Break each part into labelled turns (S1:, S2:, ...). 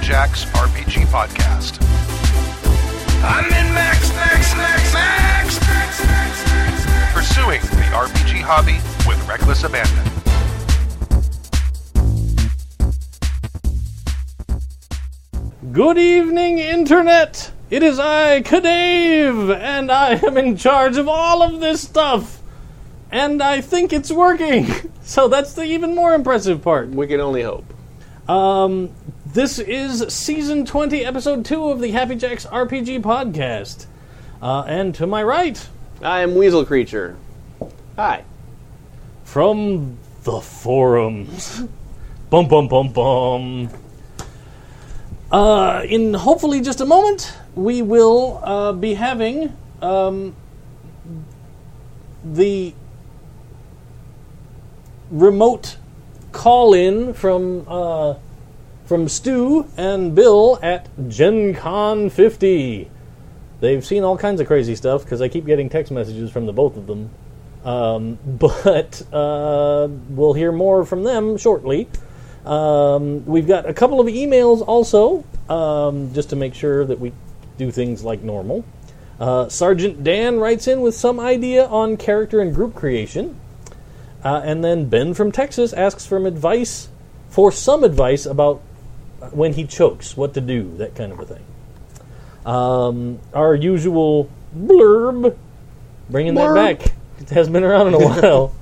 S1: Jack's RPG podcast. I'm in Max, Max, Max, Max, Max, Max, Max, Max. Pursuing the RPG hobby with reckless abandon.
S2: Good evening, Internet! It is I, Kadave, and I am in charge of all of this stuff! And I think it's working! So that's the even more impressive part.
S3: We can only hope.
S2: Um, this is Season 20, Episode 2 of the Happy Jacks RPG Podcast. Uh, and to my right,
S3: I am Weasel Creature. Hi.
S2: from the forums. bum bum bum bum. Uh, in hopefully just a moment, we will uh, be having um, the remote call in from uh, from Stu and Bill at Gen Con 50. They've seen all kinds of crazy stuff because I keep getting text messages from the both of them but uh, we'll hear more from them shortly. Um, we've got a couple of emails also, um, just to make sure that we do things like normal. Uh, Sergeant Dan writes in with some idea on character and group creation. Uh, and then Ben from Texas asks for advice, for some advice about when he chokes, what to do, that kind of a thing. Um, our usual blurb, bringing
S3: Blurb.
S2: that back. It has been around in a while.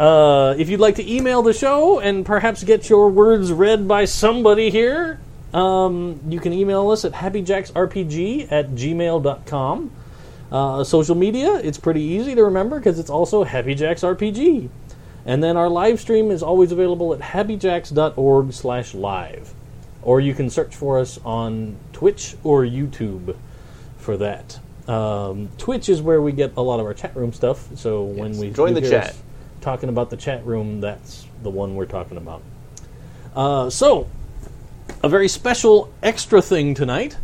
S2: uh, if you'd like to email the show and perhaps get your words read by somebody here, um, you can email us at happyjacksrpg at gmail.com. Uh, social media, it's pretty easy to remember because it's also Happy Jacks RPG. And then our live stream is always available at happyjacks.org slash live. Or you can search for us on Twitch or YouTube for that. Um, Twitch is where we get a lot of our chat room stuff. So when
S3: Yes,
S2: we
S3: join
S2: you
S3: the
S2: hear
S3: chat.
S2: us talking about the chat room, that's the one we're talking about. Uh, so a very special extra thing tonight.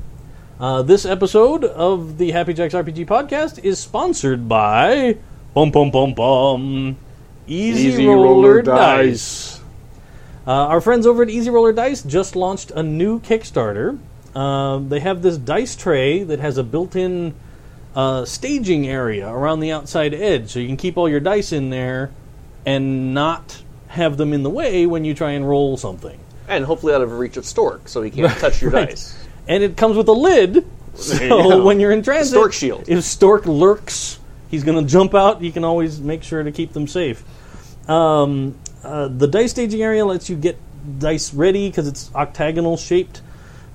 S2: Uh, this episode of the Happy Jacks RPG podcast is sponsored by Bum Bum Bum Bum Easy,
S3: Easy
S2: Roller,
S3: Roller
S2: Dice. Uh, our friends over at Easy Roller Dice just launched a new Kickstarter. Um, they have this dice tray that has a built-in uh, staging area around the outside edge, so you can keep all your dice in there and not have them in the way when you try and roll something.
S3: And hopefully out of reach of Stork, so he can't touch your dice.
S2: and it comes with a lid.
S3: There you
S2: So
S3: go.
S2: when you're in transit,
S3: Stork shield.
S2: If Stork lurks, he's going to jump out. You can always make sure to keep them safe. Um, uh, the dice staging area lets you get dice ready because it's octagonal shaped,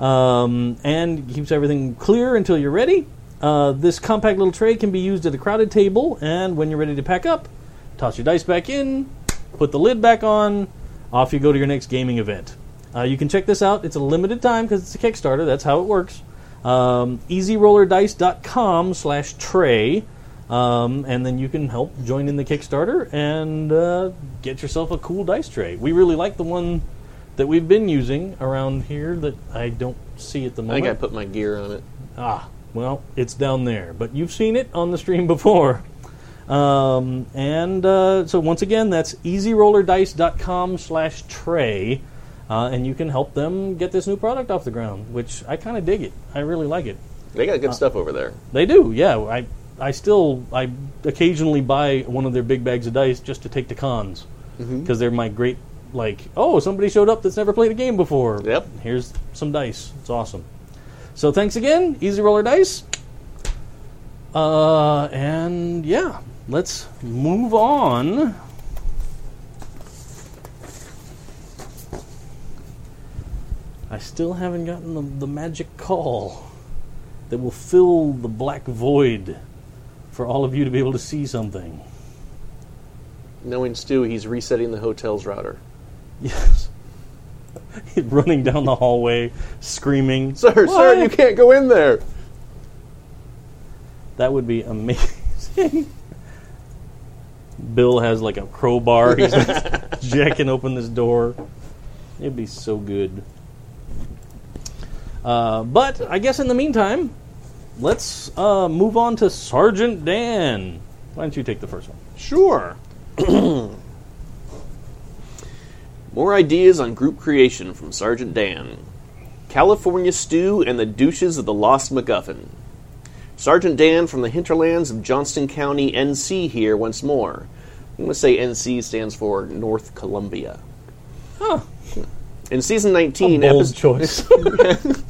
S2: um, and keeps everything clear until you're ready. Uh, this compact little tray can be used at a crowded table, and when you're ready to pack up, toss your dice back in, put the lid back on, off you go to your next gaming event. Uh, you can check this out. It's a limited time because it's a Kickstarter. That's how it works. Um, EasyRollerDice.com slash tray. Um, and then you can help join in the Kickstarter and uh, get yourself a cool dice tray. We really like the one that we've been using around here that I don't see at the
S3: I
S2: moment.
S3: think I put my gear on it.
S2: Ah, well, it's down there, but you've seen it on the stream before. Um, and uh, so once again, that's easyrollerdice.com slash tray, uh, and you can help them get this new product off the ground, which I kind of dig it. I really like it.
S3: They got good stuff over there.
S2: They do, yeah. I, I still, I occasionally buy one of their big bags of dice just to take to cons, because they're my great, like, oh, somebody showed up that's never played a game before.
S3: Yep.
S2: Here's some dice. It's awesome. So thanks again, Easy Roller Dice. Uh, and yeah, let's move on. I still haven't gotten the, the magic call that will fill the black void for all of you to be able to see something.
S3: Knowing Stu, he's resetting the hotel's router.
S2: Yes. Running down the hallway, screaming.
S3: Sir, sir,
S2: "Why?"
S3: you can't go in there.
S2: That would be amazing. Bill has like a crowbar. He's like jacking open this door. It'd be so good. Uh, but I guess in the meantime, let's uh, move on to Sergeant Dan. Why don't you take the first one?
S3: Sure. More ideas on group creation from Sergeant Dan. California Stew and the Douches of the Lost MacGuffin. Sergeant Dan from the hinterlands of Johnston County, NC, here once more. I'm going to say NC stands for North Columbia.
S2: Huh.
S3: In season 19,
S2: Bold
S3: epis-
S2: choice.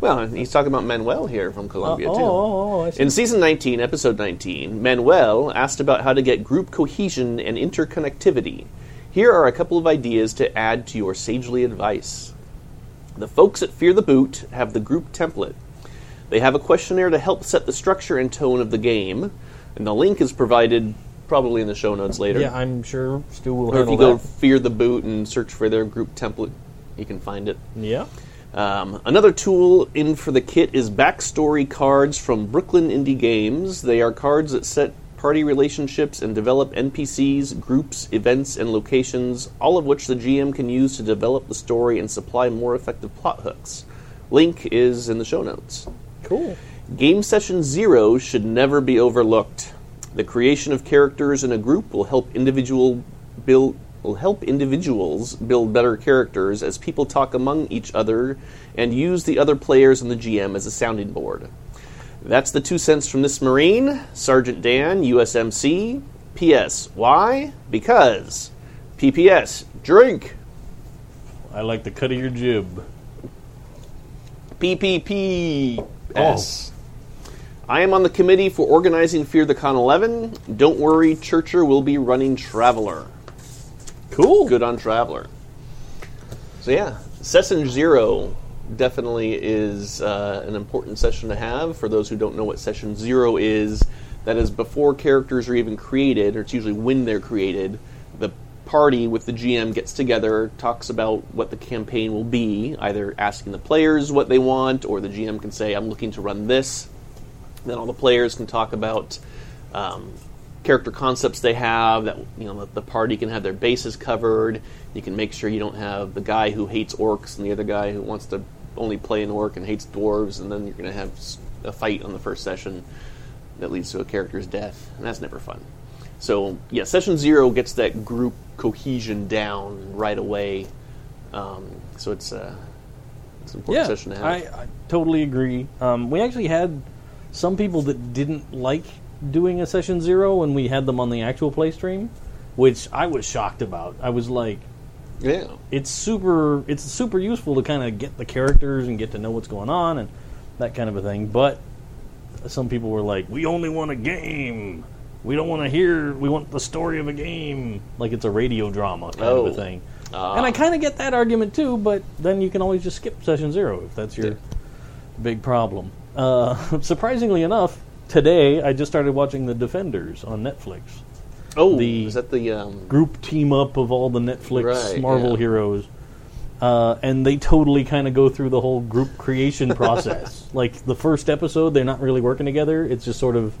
S3: well, he's talking about Manuel here from
S2: oh,
S3: Colombia too.
S2: oh, oh, I see.
S3: In season 19, episode 19, Manuel asked about how to get group cohesion and interconnectivity. Here are a couple of ideas to add to your sagely advice. The folks at Fear the Boot have the group template. They have a questionnaire to help set the structure and tone of the game, and the link is provided probably in the show notes later.
S2: yeah, I'm sure Stu will
S3: or if
S2: handle
S3: you go
S2: that.
S3: Fear the Boot and search for their group template, you can find it.
S2: Yeah.
S3: Um, another tool in for the kit is backstory cards from Brooklyn Indie Games. They are cards that set party relationships and develop NPCs, groups, events, and locations, all of which the GM can use to develop the story and supply more effective plot hooks. Link is in the show notes.
S2: Cool.
S3: Game session zero should never be overlooked. The creation of characters in a group will help individual build will help individuals build better characters as people talk among each other and use the other players and the GM as a sounding board. That's the two cents from this Marine, Sergeant Dan, USMC. P.S. Why? Because. P.P.S. Drink.
S2: I like the cut of your jib.
S3: PPPS. Oh. I am on the committee for organizing Fear the Con 11. Don't worry, Churcher will be running Traveler.
S2: Cool.
S3: Good on Traveler. So, yeah, Session Zero definitely is uh, an important session to have. For those who don't know what Session Zero is, that is before characters are even created, or it's usually when they're created, the party with the GM gets together, talks about what the campaign will be, either asking the players what they want, or the GM can say, I'm looking to run this, then all the players can talk about um, character concepts they have that you know that the party can have their bases covered you can make sure you don't have the guy who hates orcs and the other guy who wants to only play an orc and hates dwarves and then you're going to have s- a fight on the first session that leads to a character's death and that's never fun so yeah session zero gets that group cohesion down right away um, so it's uh, it's an important
S2: yeah,
S3: session to have
S2: I, I totally agree. Um, we actually had some people that didn't like doing a session zero when we had them on the actual play stream, which I was shocked about. I was like,
S3: yeah
S2: it's super, it's super useful to kind of get the characters and get to know what's going on and that kind of a thing. But some people were like, we only want a game. We don't want to hear. We want the story of a game, like it's a radio drama kind
S3: Oh.
S2: of a thing.
S3: Ah.
S2: and I kind of get that argument too, but then you can always just skip session zero if that's your
S3: Yeah.
S2: big problem. Uh, surprisingly enough, today I just started watching The Defenders on Netflix.
S3: Oh,
S2: the-
S3: is that the um,
S2: Group team up of all the Netflix
S3: Right,
S2: Marvel
S3: yeah.
S2: heroes. Uh, and they totally kind of go through the whole group creation process. like the first episode, they're not really working together. It's just sort of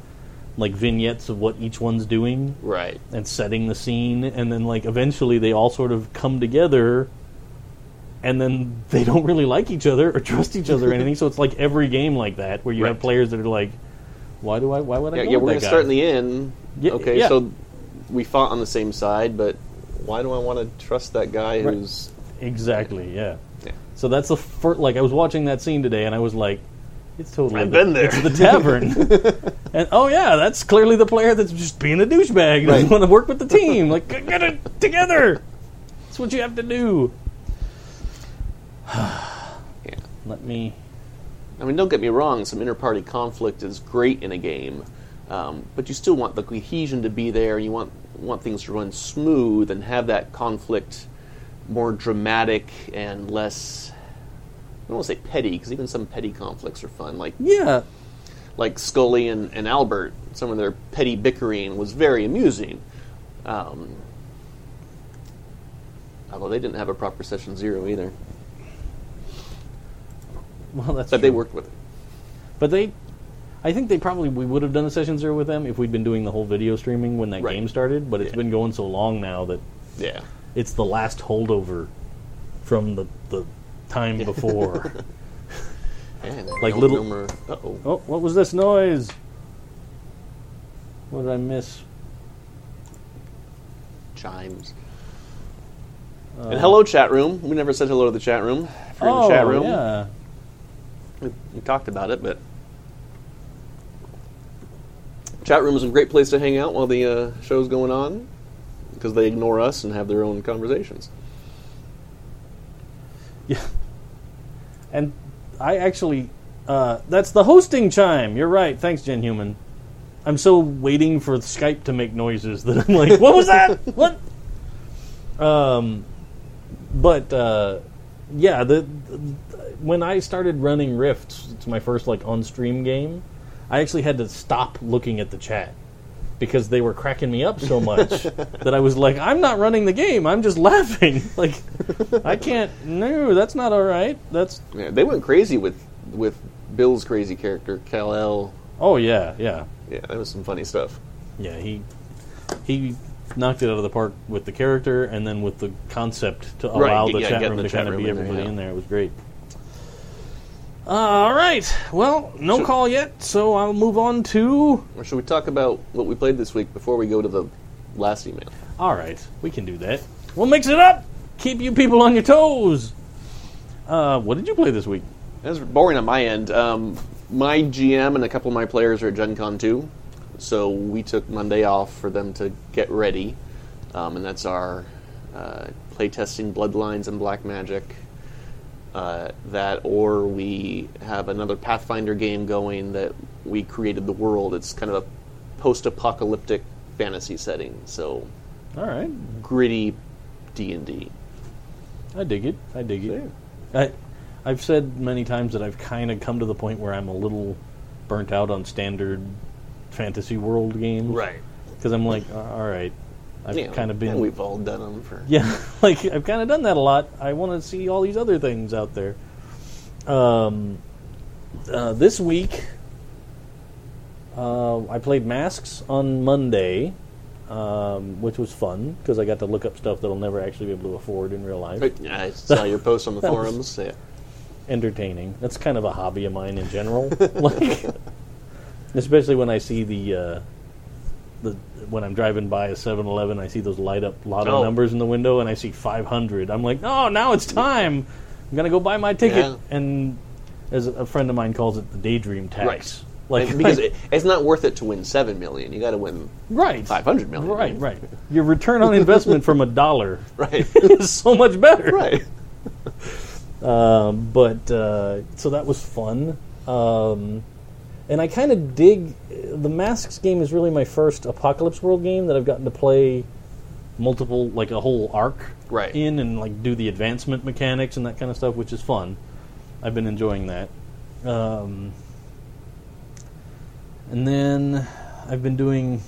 S2: like vignettes of what each one's doing
S3: right?
S2: and setting the scene and then like eventually they all sort of come together and then they don't really like each other or trust each other or anything so it's like every game like that where you have
S3: Right.
S2: players that are like why do i why would i
S3: Yeah,
S2: go
S3: yeah.
S2: with that
S3: We're gonna
S2: guy?
S3: start in the end.
S2: Yeah,
S3: okay,
S2: yeah.
S3: so we fought on the same side, but why do I want to trust that guy
S2: Right.
S3: who's?
S2: exactly yeah
S3: Yeah.
S2: so that's the first like i was watching that scene today and i was like it's totally
S3: I've
S2: the-
S3: been there.
S2: it's the tavern and oh yeah that's clearly the player that's just being a douchebag and doesn't
S3: Right.
S2: want to work with the team like get get it together that's what you have to do
S3: Yeah.
S2: let me
S3: I mean, don't get me wrong. Some inter-party conflict is great in a game, um, but you still want the cohesion to be there. You want want things to run smooth and have that conflict more dramatic and less. I don't want to say petty because even some petty conflicts are fun. Like
S2: Yeah,
S3: like Scully and, and Albert, some of their petty bickering was very amusing. Um, although they didn't have a proper session zero either,
S2: well, that's
S3: but they
S2: true.
S3: worked with it.
S2: But they, I think they probably we would have done a session zero with them if we'd been doing the whole video streaming when that
S3: Right.
S2: game started. But it's
S3: Yeah.
S2: been going so long now that
S3: Yeah,
S2: it's the last holdover from the the time before.
S3: and
S2: Like little-
S3: Uh oh,
S2: oh, what was this noise? What did I miss? Uh,
S3: chimes. and hello, chat room. We never said hello to the chat room. if you're in the chat room.
S2: Oh, yeah.
S3: We, we talked about it, but chat room is a great place to hang out while the uh, show's going on because they ignore us and have their own conversations.
S2: Yeah. And I actually, uh, that's the hosting chime. You're right. Thanks, Gen Human. I'm so waiting for Skype to make noises that I'm like, what was that? what? Um, but uh, yeah, the, the when I started running Rifts, it's my first like on stream game. I actually had to stop looking at the chat because they were cracking me up so much that I was like, I'm not running the game. I'm just laughing. like, I can't. No, that's not all right. That's
S3: Yeah, they went crazy with with Bill's crazy character, Kal El.
S2: oh yeah, yeah,
S3: Yeah, that was some funny stuff.
S2: yeah. He he knocked it out of the park with the character and then with the concept to
S3: Right,
S2: allow
S3: yeah,
S2: the
S3: yeah,
S2: chat
S3: getting
S2: room
S3: the
S2: to
S3: chat
S2: kind of
S3: room
S2: be
S3: in there,
S2: everybody
S3: yeah.
S2: in there. It was great. Uh, all right. Well, no
S3: So-
S2: call yet, so I'll move on to.
S3: Or should we talk about what we played this week before we go to the last email?
S2: All right, we can do that. We'll mix it up. Keep you people on your toes. Uh, what did you play this week?
S3: That's boring on my end. Um, my GM and a couple of my players are at Gen Con 2, so we took Monday off for them to get ready. Um, and that's our uh, playtesting Bloodlines and Black Magic. Uh, that, or we have another Pathfinder game going that we created the world. It's kind of a post apocalyptic fantasy setting, so
S2: All right,
S3: gritty D&D.
S2: I dig it. I dig it. I, I've said many times that I've kind of come to the point where I'm a little burnt out on standard fantasy world games. Because I'm like, "A- all right, I've
S3: Yeah,
S2: kind of
S3: and
S2: been.
S3: we've all done them for.
S2: yeah, like I've kind of done that a lot. I want to see all these other things out there. Um, uh, this week, uh, I played Masks on Monday, um, which was fun because I got to look up stuff that I'll never actually be able to afford in real life.
S3: Right, I saw your post on the
S2: That was-
S3: forums. Yeah.
S2: entertaining. That's kind of a hobby of mine in general. like, especially when I see the uh, the when I'm driving by a 7-Eleven, I see those light up lotto
S3: Oh.
S2: numbers in the window, and I see 500. I'm like, oh, now it's time. I'm gonna go buy my ticket.
S3: Yeah.
S2: And as a friend of mine calls it, the daydream tax.
S3: Right.
S2: Like
S3: And because it, it's not worth it to win seven million. You got to win
S2: right.
S3: five hundred million.
S2: Right, right. Your return on investment from a dollar
S3: right,
S2: is so much better.
S3: right.
S2: Um, but uh, so that was fun. Um, and I kind of dig the Masks game is really my first Apocalypse World game that I've gotten to play multiple, like a whole arc
S3: Right.
S2: in and like do the advancement mechanics and that kind of stuff, which is fun. I've been enjoying that. Um, and then I've been doing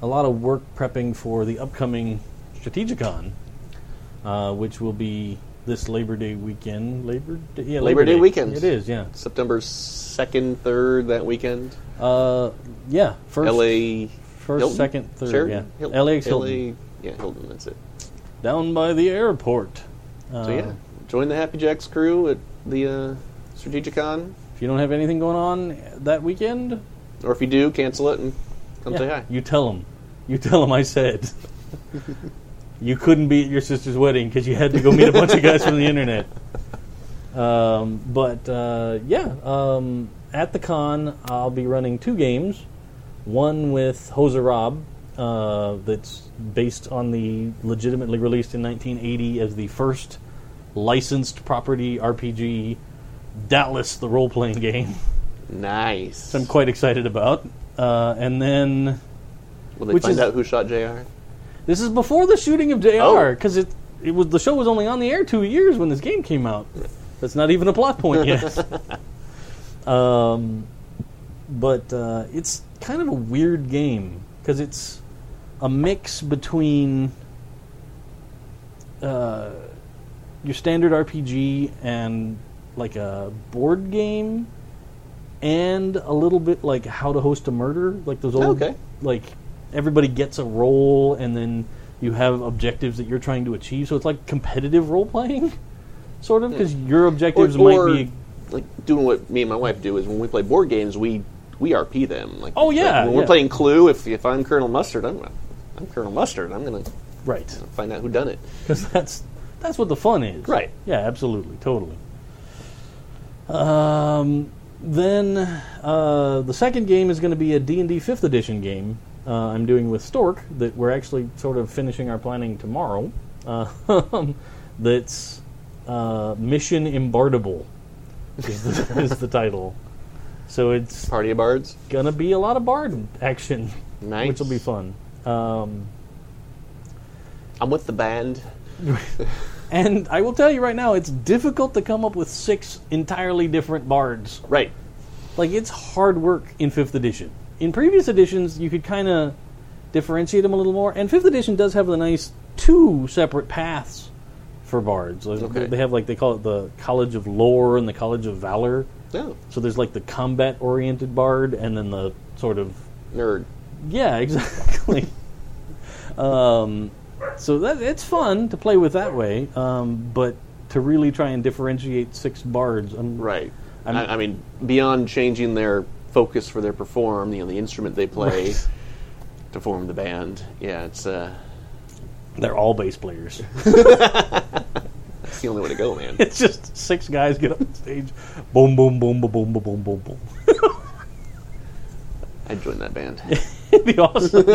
S2: a lot of work prepping for the upcoming Strategicon, uh, which will be this Labor Day weekend. Labor Day, yeah,
S3: Labor Day weekend.
S2: It is, yeah,
S3: September second, third that weekend.
S2: uh, yeah. First,
S3: L.A.
S2: first,
S3: Hilton?
S2: second, third,
S3: Sheridan?
S2: yeah.
S3: Hil-
S2: LAX Hilton.
S3: Yeah, Hilton. That's it.
S2: down by the airport. Uh,
S3: So yeah, join the Happy Jacks crew at the uh, Strategicon,
S2: If you don't have anything going on that weekend,
S3: or if you do, cancel it and come say hi.
S2: "Ah, you tell them. You tell them I said. you couldn't be at your sister's wedding because you had to go meet a bunch of guys from the internet. Um, but uh, yeah, um, at the con, I'll be running two games. One with Hoser Rob, uh, that's based on the legitimately released in 1980 as the first licensed property RPG, Dallas, the role playing game.
S3: Nice.
S2: I'm quite excited about. Uh, and then
S3: Will they
S2: which
S3: find
S2: is-
S3: out who shot Jr.
S2: This is before the shooting of JR
S3: Oh.
S2: because it it was the show was only on the air two years when this game came out. That's not even a plot point yet. um, but uh, it's kind of a weird game because it's a mix between uh, your standard RPG and like a board game, and a little bit like how to host a murder, like those old,
S3: Okay.
S2: like everybody gets a role, and then you have objectives that you're trying to achieve. So it's like competitive role playing, sort of, because your objectives
S3: Hmm. or,
S2: might be.
S3: like doing what me and my wife do is when we play board games, we we RP them. Like,
S2: Oh, yeah,
S3: like, when we're
S2: yeah.
S3: playing Clue, if if I'm Colonel Mustard, I'm I'm Colonel Mustard. I'm gonna
S2: Right.
S3: find out who done it.
S2: because that's That's what the fun is.
S3: Right.
S2: Yeah, absolutely, totally. Um, then uh, the second game is going to be a D&D 5th edition game uh, I'm doing with Stork that we're actually sort of finishing our planning tomorrow. Uh, that's uh, Mission Embarkable is the, is the title. So it's
S3: Party of Bards.
S2: gonna be a lot of bard action,
S3: Nice.
S2: which will be fun. Um,
S3: I'm with the band.
S2: and I will tell you right now, it's difficult to come up with six entirely different bards.
S3: Right.
S2: Like it's hard work in fifth edition. In previous editions, you could kind of differentiate them a little more. And fifth edition does have the nice two separate paths for bards. Like,
S3: Okay.
S2: They have like they call it the College of Lore and the College of Valor.
S3: Yeah.
S2: So there's like the combat oriented bard and then the sort of
S3: Nerd.
S2: Yeah, exactly. um, so that it's fun to play with that way, um, but to really try and differentiate six bards, um,
S3: Right.
S2: I'm-
S3: I, I mean, beyond changing their focus for their perform, you know, the instrument they play
S2: Right.
S3: to form the band. Yeah, it's uh,
S2: they're all bass players.
S3: that's the only way to go, man.
S2: it's just six guys get up on stage, boom, boom, boom, boom, boom, boom, boom, boom, boom.
S3: I'd join that band.
S2: It'd be awesome.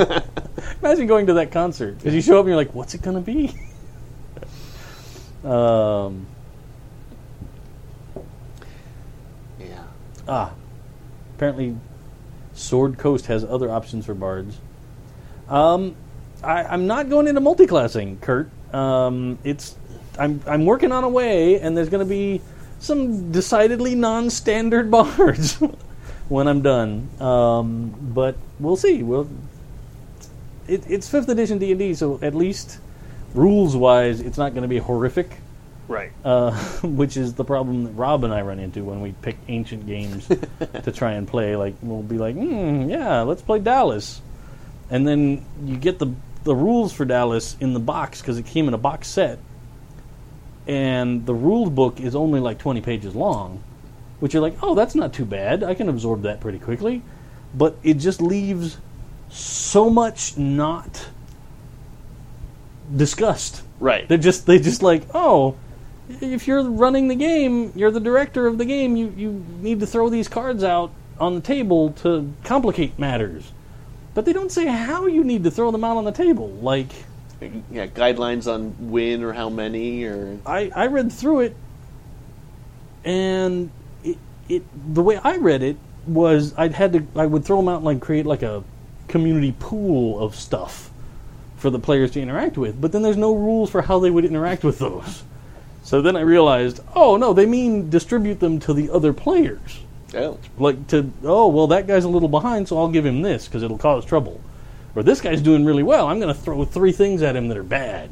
S2: Imagine going to that concert because you show up and you're like, "What's it gonna be?" um,
S3: yeah.
S2: Ah, apparently, Sword Coast has other options for bards. Um, I, I'm not going into multiclassing, Kurt. Um, it's I'm I'm working on a way, and there's going to be some decidedly non-standard bards when I'm done. Um, but we'll see. We'll. It, it's fifth edition D and D, so at least rules-wise, it's not going to be horrific
S3: Right.
S2: uh, which is the problem that Rob and I run into when we pick ancient games to try and play. Like we'll be like, mm, yeah, let's play Dallas, and then you get the the rules for Dallas in the box because it came in a box set, and the rule book is only like twenty pages long, which you're like, oh, that's not too bad. I can absorb that pretty quickly, but it just leaves so much not discussed
S3: right.
S2: they're just they just like, oh, if you're running the game, you're the director of the game. You you need to throw these cards out on the table to complicate matters. But they don't say how you need to throw them out on the table. Like
S3: yeah, guidelines on when or how many or
S2: I I read through it, and it it the way I read it was I'd had to I would throw them out and like create like a community pool of stuff for the players to interact with. But then there's no rules for how they would interact with those. So then I realized, oh no, they mean distribute them to the other players.
S3: oh,
S2: Like to oh well, that guy's a little behind, so I'll give him this because it'll cause trouble. Or this guy's doing really well, I'm going to throw three things at him that are bad.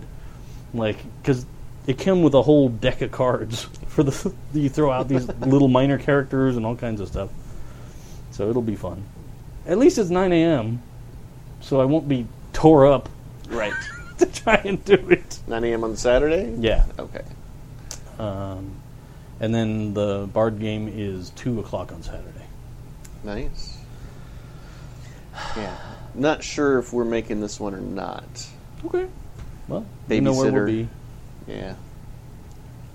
S2: Like because it came with a whole deck of cards for the you throw out these little minor characters and all kinds of stuff. So it'll be fun. At least it's 9 a.m., so I won't be tore up
S3: right.
S2: to try and do it.
S3: 9 a.m. on Saturday.
S2: Yeah.
S3: Okay.
S2: Um, and then the Bard game is 2 o'clock on Saturday.
S3: Nice. Yeah. Not sure if we're making this one or not.
S2: Okay. Well, you know where we'll
S3: Babysitter.
S2: be.
S3: Yeah.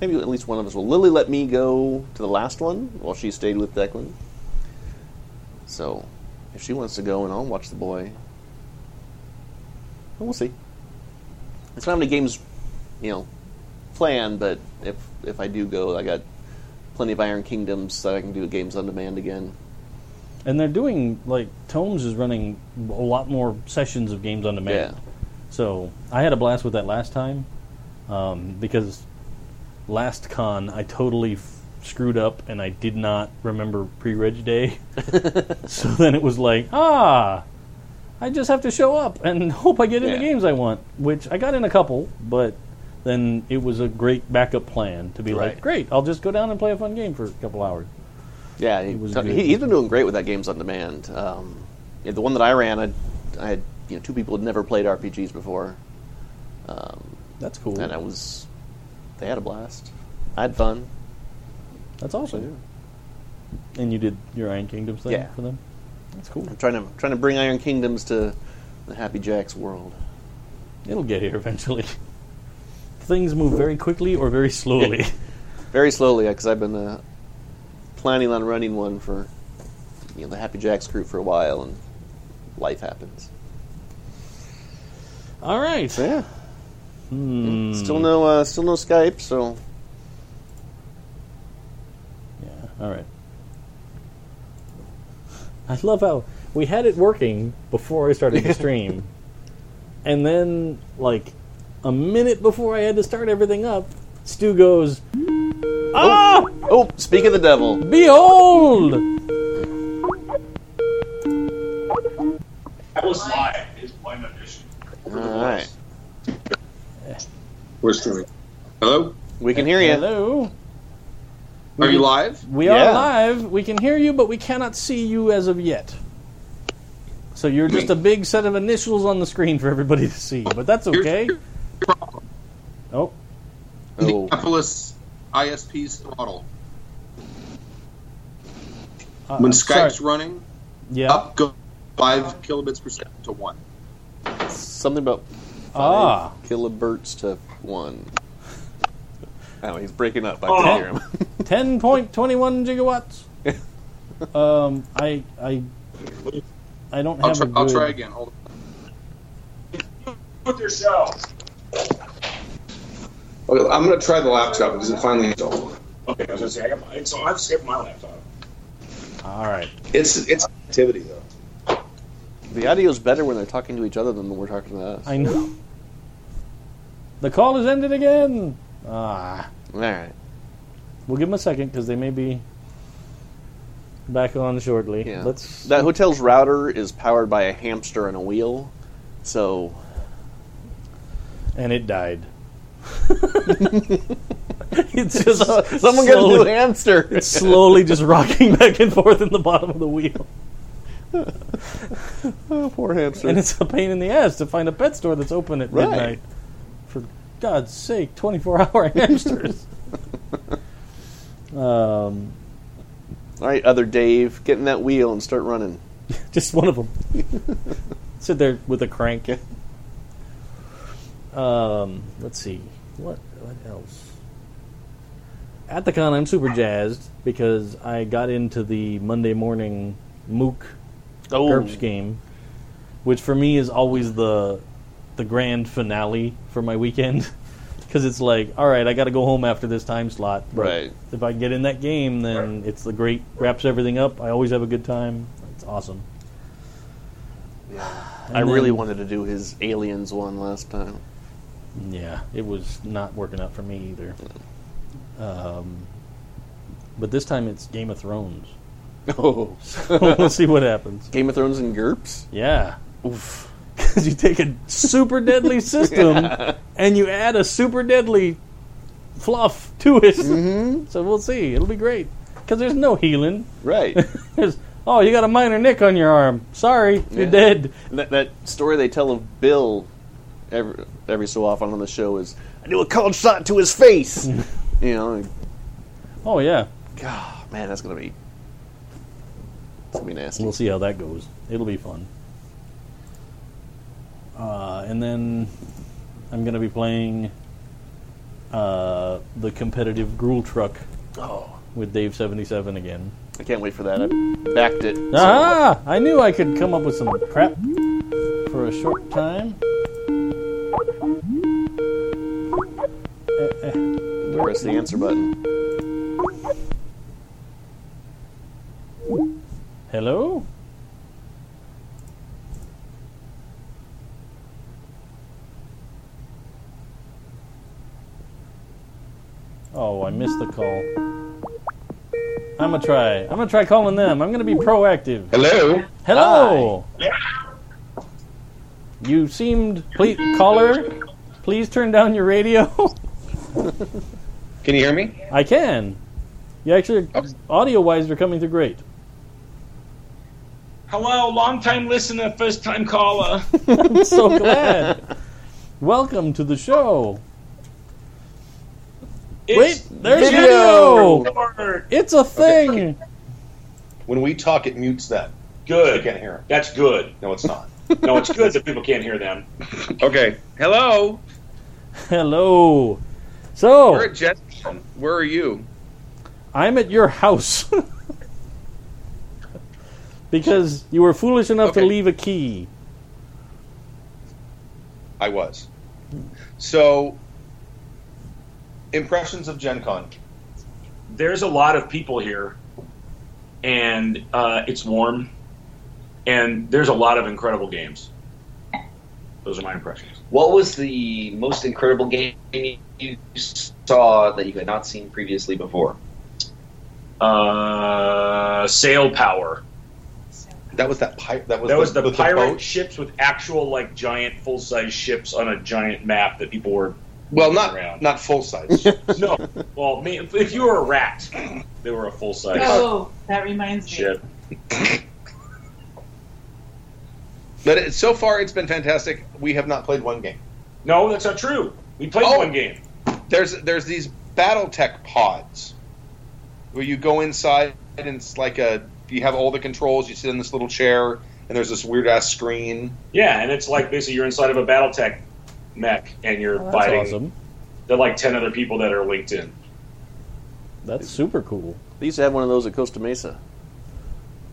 S3: Maybe at least one of us will. Lily let me go to the last one while she stayed with Declan. So, if she wants to go, and I'll watch the boy. But we'll see. It's not how many games, you know, planned. But if if I do go, I got plenty of Iron Kingdoms that I can do games on demand again.
S2: And they're doing, like, Tomes is running a lot more sessions of Games on Demand.
S3: Yeah.
S2: So I had a blast with that last time um, because last con I totally f- screwed up and I did not remember pre reg day. so then it was like, ah, I just have to show up and hope I get in the
S3: Yeah.
S2: games I want, which I got in a couple, but then it was a great backup plan to be like,
S3: Right.
S2: great, I'll just go down and play a fun game for a couple hours.
S3: Yeah, he,
S2: It was
S3: t-
S2: good.
S3: he, he's been doing great with that games on demand. Um, yeah, the one that I ran, I, I had you know two people had never played RPGs before,
S2: That's cool.
S3: and I was they had a blast. I had fun.
S2: That's
S3: So, yeah.
S2: awesome. And you did your Iron Kingdoms thing
S3: Yeah.
S2: for them? That's cool.
S3: I'm trying to trying to bring Iron Kingdoms to the Happy Jacks world.
S2: It'll get here eventually. things move very quickly or very slowly.
S3: Very slowly, because I've been uh, planning on running one for you know the Happy Jacks group for a while, and life happens.
S2: All right.
S3: So yeah.
S2: Hmm.
S3: Still no, uh, still no Skype. So
S2: Yeah, all right. I love how we had it working before I started the stream. and then, like, a minute before I had to start everything up, Stu goes, Ah!
S3: oh, speak of the devil.
S2: Behold!
S4: That was live. Is blind audition.
S3: All right,
S5: We're streaming. Hello?
S3: we can hear you.
S2: Hello.
S5: Are you live?
S2: We
S3: Yeah.
S2: are live. We can hear you, but we cannot see you as of yet. So you're just a big set of initials on the screen for everybody to see, but that's
S5: Here's
S2: okay.
S5: your problem.
S2: Oh,
S3: Oh,
S5: Indianapolis ISP's throttle.
S2: uh,
S5: When
S2: sorry.
S5: Skype's running,
S2: yeah.
S5: up go five kilobits per second to one.
S3: something about
S2: Ah.
S3: five kilohertz to one. Oh, he's breaking up. I
S4: Oh.
S3: can hear him.
S2: Ten point twenty one gigawatts. um, I I I don't
S5: I'll
S2: have
S5: try,
S2: a good.
S5: I'll try again. Hold
S4: With yourself.
S5: on. Okay, I'm going to try the laptop because it finally installed.
S4: Okay, I was gonna say I got my. So I've skipped my laptop.
S2: All right.
S5: It's it's activity though.
S3: The audio's better when they're talking to each other than when we're talking to us.
S2: I know. The call has ended again. Ah,
S3: All right.
S2: we'll give them a second because they may be back on shortly.
S3: Yeah.
S2: Let's.
S3: That hotel's router is powered by a hamster and a wheel, so
S2: and it died. it's just
S3: someone get a new
S2: slowly,
S3: hamster.
S2: it's slowly just rocking back and forth in the bottom of the wheel,
S3: Oh, poor hamster.
S2: and it's a pain in the ass to find a pet store that's open at
S3: Right.
S2: midnight. For God's sake, twenty-four hour hamsters. um,
S3: All right, other Dave, get in that wheel and start running.
S2: just one of them. Sit there with a crank. Um, let's see. What what else? At the con, I'm super jazzed because I got into the Monday morning MOOC
S3: Oh,
S2: GURPS game, which for me is always the the grand finale for my weekend. Because it's like, all right, I got to go home after this time slot. but
S3: Right.
S2: If I get in that game, then it's the great wraps everything up. I always have a good time. It's awesome.
S3: I
S2: And
S3: really
S2: then-
S3: wanted to do his aliens one last time.
S2: Yeah, it was not working out for me either. Um, but this time it's Game of Thrones.
S3: Oh,
S2: we'll see what happens.
S3: Game of Thrones and GURPS.
S2: Yeah. Oof. Because you take a super deadly system and you add a super deadly fluff to it.
S3: Mm-hmm.
S2: So we'll see. It'll be great. Because there's no healing.
S3: Right.
S2: There's, oh, you got a minor nick on your arm. Sorry, you're
S3: Yeah.
S2: dead.
S3: that, that story they tell of Bill every, every so often on the show is I do a cold shot to his face. you know, like,
S2: Oh, yeah.
S3: God, man, that's gonna be it's gonna be nasty.
S2: We'll see how that goes. It'll be fun. Uh, and then I'm going to be playing uh, the competitive Gruel Truck
S3: Oh,
S2: with Dave 77 again.
S3: I can't wait for that. I backed it. so-
S2: Ah! I knew I could come up with some crap for a short time.
S3: Press the answer button.
S2: Hello? Oh, I missed the call. I'm gonna try. I'm gonna try calling them. I'm gonna be proactive.
S5: Hello.
S2: Hello. You seemed please caller. Please turn down your radio.
S5: Can you hear me?
S2: I can. You actually, audio wise, you're coming through great.
S4: Hello, long time listener, first time caller.
S2: so glad. Welcome to the show.
S4: It's
S2: Wait, there's
S3: video.
S2: video.
S4: Lord.
S2: It's a thing.
S6: When we talk, it mutes that. I
S4: Good.
S6: can't hear him.
S4: That's good.
S6: No, it's not.
S4: No, it's good that people can't hear them.
S5: Okay. Hello.
S2: Hello. So
S5: We're at Jetstone. Where are you?
S2: I'm at your house because you were foolish enough to
S5: Okay.
S2: leave a key.
S6: I was. So, impressions of Gen Con.
S4: there's a lot of people here, and uh, it's warm, and there's a lot of incredible games. Those are my impressions.
S7: What was the most incredible game you saw that you had not seen previously before?
S4: Uh, sail power.
S6: That was that pirate. That was
S4: That was the,
S6: with
S4: pirate
S6: boat.
S4: ships with actual like giant full size ships on a giant map that people were
S6: well, not
S4: Around.
S6: not full size.
S4: no. well, me, if- if you were a rat, they were a full size
S8: Oh, that reminds me.
S4: ship.
S6: but it, so far, it's been fantastic. We have not played one game.
S4: No, that's not true. We played
S6: Oh.
S4: one game.
S6: There's there's these BattleTech pods where you go inside and it's like a you have all the controls. You sit in this little chair and there's this weird ass screen.
S4: Yeah, and it's like basically you're inside of a BattleTech mech and you're
S2: That's
S4: fighting.
S2: awesome.
S4: They're like ten other people that are linked in.
S2: That's super cool.
S3: They used to have one of those at Costa Mesa.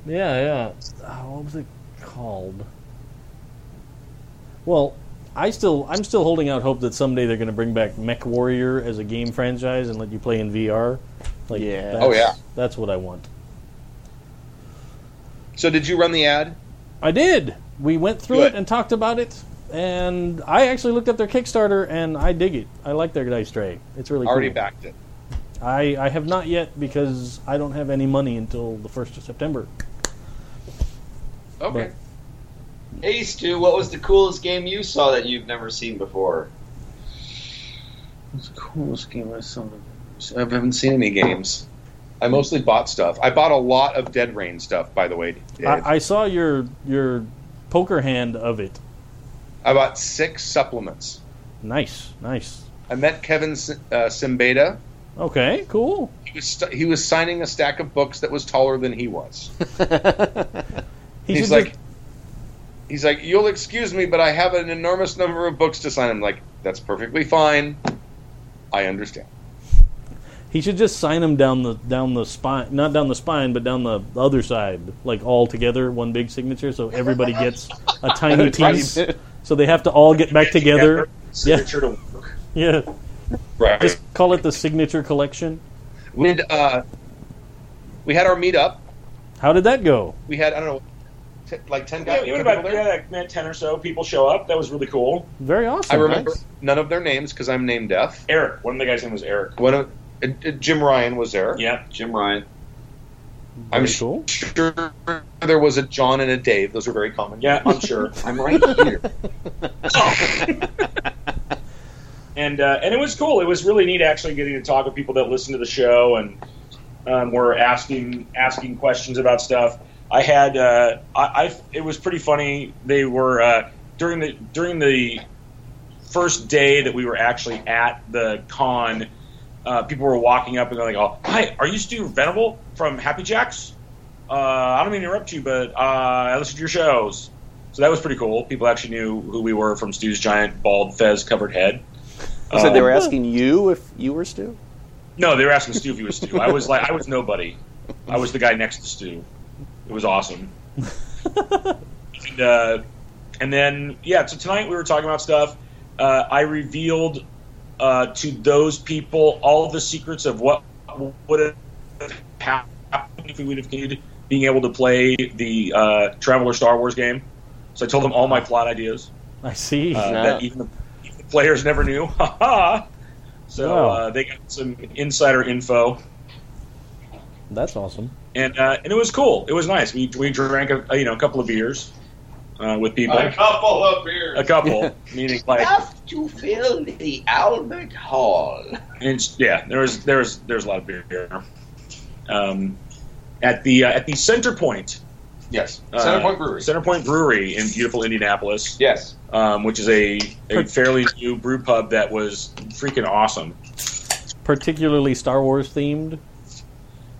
S2: Yeah, yeah. Uh, what was it called? Well, I still I'm still holding out hope that someday they're going to bring back Mech Warrior as a game franchise and let you play in VR. Like,
S3: Yeah.
S2: that's-
S6: Oh, yeah.
S2: That's what I want.
S6: So did you run the ad?
S2: I did. We went through
S6: Good.
S2: it and talked about it, and I actually looked up their Kickstarter and I dig it. I like their dice tray. It's really
S6: Already
S2: cool.
S6: backed it.
S2: I, I have not yet because I don't have any money until the first of September.
S7: Okay. Hey Stu, what was the coolest game you saw that you've never seen before?
S6: What's the coolest game I saw? I haven't seen any games. I mostly bought stuff. I bought a lot of Dead Rain stuff, by the way. Dave. I,
S2: I, I saw your your poker hand of it.
S6: bought six supplements.
S2: Nice, nice.
S6: I met Kevin S- uh, Simbeda.
S2: Okay, cool.
S6: He was, st- he was signing a stack of books that was taller than he was.
S2: He
S6: he's
S2: should
S6: like,
S2: just-
S6: he's like, you'll excuse me, but I have an enormous number of books to sign. I'm like, that's perfectly fine. I understand.
S2: he should just sign him down the down the spine, not down the spine, but down the other side, like all together, one big signature, so everybody gets a tiny piece. So they have to all get back together.
S4: Signature to work.
S2: Yeah,
S6: Right.
S2: just call it the signature collection.
S6: we did, uh, we had our meetup.
S2: How did that go?
S6: We had I don't know, t- like ten guys.
S4: Yeah, even
S6: 10
S4: about
S6: people there?
S4: yeah, like man, ten or so people show up. That was really cool.
S2: Very awesome.
S6: I remember
S2: Nice.
S6: none of their names because I'm name deaf.
S4: Eric, one of the guys' name was Eric.
S6: One of uh, uh, Jim Ryan was there.
S4: Yeah,
S7: Jim Ryan.
S6: I'm
S2: Very cool.
S6: sure there was a John and a Dave. Those were very common.
S4: yeah, I'm sure.
S7: I'm right here.
S4: and uh, and it was cool. It was really neat actually getting to talk with people that listen to the show and um, were asking asking questions about stuff. I had uh, I, I it was pretty funny. They were uh, during the during the first day that we were actually at the con. Uh, people were walking up and going, "Oh, hi, are you Stu Venable from Happy Jacks?" Uh, I don't mean to interrupt you, but uh, I listen to your shows, so that was pretty cool. People actually knew who we were from Stu's giant bald fez covered head.
S3: You said they
S4: Um,
S3: were asking you if you were Stu.
S4: no, they were asking Stu if he was Stu. I was like, I was nobody. I was the guy next to Stu. It was awesome. and, uh, and then, yeah, so tonight we were talking about stuff. Uh, I revealed uh, to those people all the secrets of what would have happened if we would have continued being able to play the uh, Traveler Star Wars game. So I told them all my plot ideas
S2: I see.
S4: uh,
S3: Yeah.
S4: that even the, even the players never knew. Ha ha! so
S2: Wow.
S4: uh, they got some insider info,
S2: That's awesome.
S4: and uh, and it was cool. It was nice. We we drank a, a, you know a couple of beers uh, with people,
S5: couple of beers.
S4: a couple, meaning like
S7: Enough to fill the Albert Hall.
S4: and it's- yeah, there was there was there's a lot of beer. here. Um, at the uh, at the Center Point
S6: Yes.
S4: uh,
S6: Center Point Brewery.
S4: Center Point Brewery in beautiful Indianapolis,
S6: yes.
S4: um, which is a, a fairly new brew pub that was freaking awesome.
S2: Particularly Star Wars themed.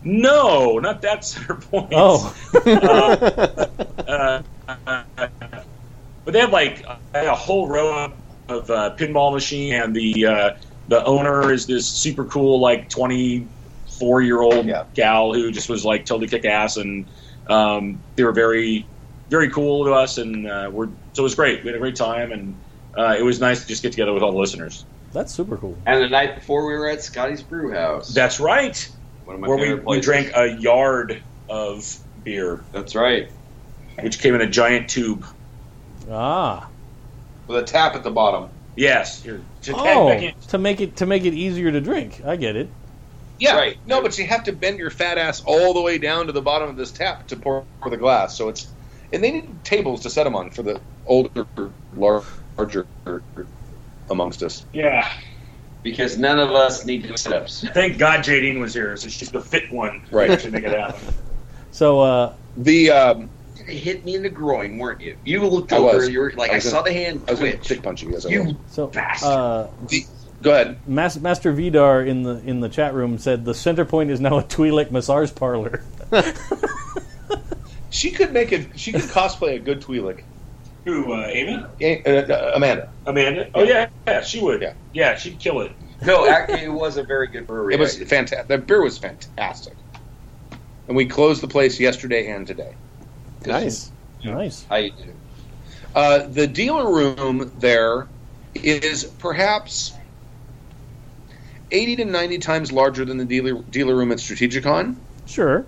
S4: No, not that Center Point.
S2: Oh,
S4: uh, but they had like a, a whole row of uh, pinball machine, and the uh, the owner is this super cool like twenty four year old
S6: Yeah.
S4: gal who just was like totally kick ass, and um, they were very very cool to us, and uh, we're so it was great. We had a great time, and uh, it was nice to just get together with all the listeners.
S2: That's super cool.
S7: And the night before, we were at Scotty's Brew House.
S4: That's right.
S7: one of my
S4: Where we,
S7: favorite
S4: we
S7: places.
S4: drank a yard of beer,
S7: That's right.
S4: which came in a giant tube.
S2: Ah.
S6: with a tap at the bottom.
S4: Yes. You're, to
S2: Oh, to make it to make it easier to drink. I get it.
S6: Yeah,
S7: Right.
S6: No, but you have to bend your fat ass all the way down to the bottom of this tap to pour the glass. So it's, and they need tables to set them on for the older, lar- larger amongst us.
S4: Yeah.
S7: Because none of us need to sit ups.
S4: Thank God Jadine was here, so she's the fit one.
S6: Right.
S4: To make it happen.
S2: So uh,
S6: The um,
S7: You hit me in the groin, weren't you? You looked
S6: I
S7: over.
S6: was.
S7: You were like,
S6: I
S7: I,
S6: was
S7: saw
S6: gonna-
S7: the hand
S6: I was going to
S7: twitch.
S6: dick punch you guys. I
S7: you
S6: will.
S2: so
S7: bastard.
S2: uh,
S6: The- go ahead.
S2: Mas- Master Vidar in the in the chat room said the center point is now a Twi'lek massage parlor.
S6: She could make a. She could cosplay a good Twi'lek.
S4: Who? Uh, Amy?
S6: Eh, uh, uh, Amanda.
S4: Amanda? Oh yeah, yeah, she would.
S6: Yeah.
S4: Yeah. she'd kill it.
S7: no, actually, it was a very good brewery.
S6: It was
S7: I-
S6: fantastic. That beer was fantastic. And we closed the place yesterday and today.
S3: Nice.
S2: nice.
S7: How you do?
S6: Uh, the dealer room there is perhaps 80 to 90 times larger than the dealer, dealer room at Strategicon.
S2: Sure.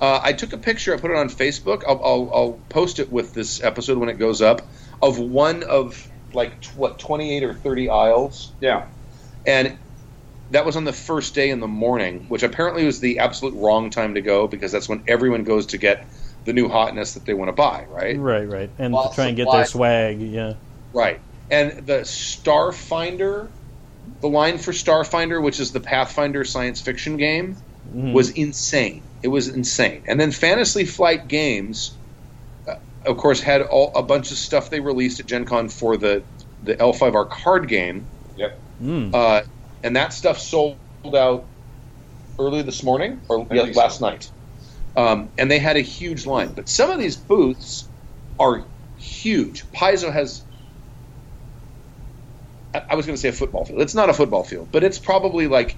S6: Uh, I took a picture, I put it on Facebook. I'll, I'll, I'll post it with this episode when it goes up of one of like tw- what, 28 or 30 aisles.
S7: Yeah.
S6: And that was on the first day in the morning, which apparently was the absolute wrong time to go because that's when everyone goes to get the new hotness that they want to buy, right?
S2: Right, right. And
S7: Well,
S2: to try and get their
S7: supply-
S2: swag, yeah.
S6: Right. And the Starfinder, the line for Starfinder, which is the Pathfinder science fiction game,
S2: Mhm.
S6: was insane. It was insane. And then Fantasy Flight Games, uh, of course, had all, a bunch of stuff they released at Gen Con for the, the L5R card game.
S2: Mm.
S6: Uh, and that stuff sold out early this morning or
S7: I
S6: yeah,
S7: think
S6: last night. Um, and they had a huge line. But some of these booths are huge. Paizo has, I, I was going to say a football field. It's not a football field, but it's probably like,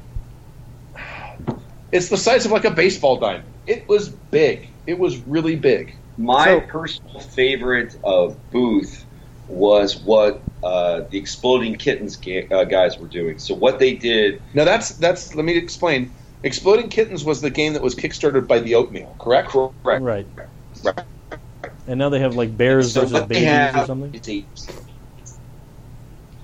S6: it's the size of like a baseball diamond. It was big. It was really big.
S7: My
S2: So-
S7: personal favorite of Booth was what uh, the Exploding Kittens ga- uh, guys were doing. So what they did,
S6: Now that's that's. Let me explain. Exploding Kittens was the game that was kickstarted by the Oatmeal, correct? Correct.
S2: Right.
S6: Right.
S2: And now they have like bears
S7: so
S2: versus
S7: what they
S2: babies
S7: have
S2: or something.
S7: is a-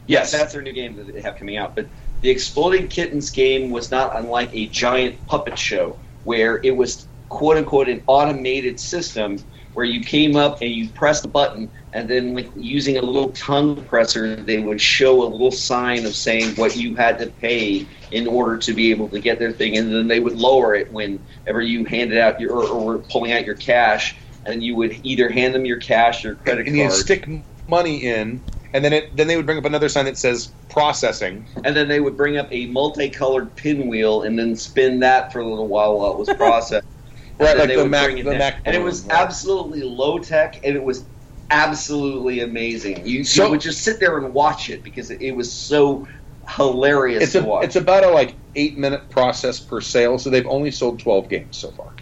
S6: Yes.
S7: that's their new game that they have coming out. But the Exploding Kittens game was not unlike a giant puppet show where it was quote unquote an automated system where you came up and you pressed the button and then with using a little tongue presser they would show a little sign of saying what you had to pay in order to be able to get their thing and then they would lower it whenever you handed out your or, or were pulling out your cash and you would either hand them your cash or credit
S6: and you
S7: card
S6: stick m- money in, and then it then they would bring up another sign that says processing.
S7: and then they would bring up a multicolored pinwheel and then spin that for a little while while it was processed. And
S6: Right,
S7: then
S6: like
S7: they
S6: the
S7: would
S6: Mac-
S7: bring it
S6: the
S7: down.
S6: Mac
S7: and it was
S6: Pro, right.
S7: absolutely low tech, and it was absolutely amazing. You,
S6: So-
S7: you would just sit there and watch it because it, it was so hilarious
S6: It's a,
S7: to watch.
S6: it's about a like eight minute process per sale, so they've only sold twelve games so far.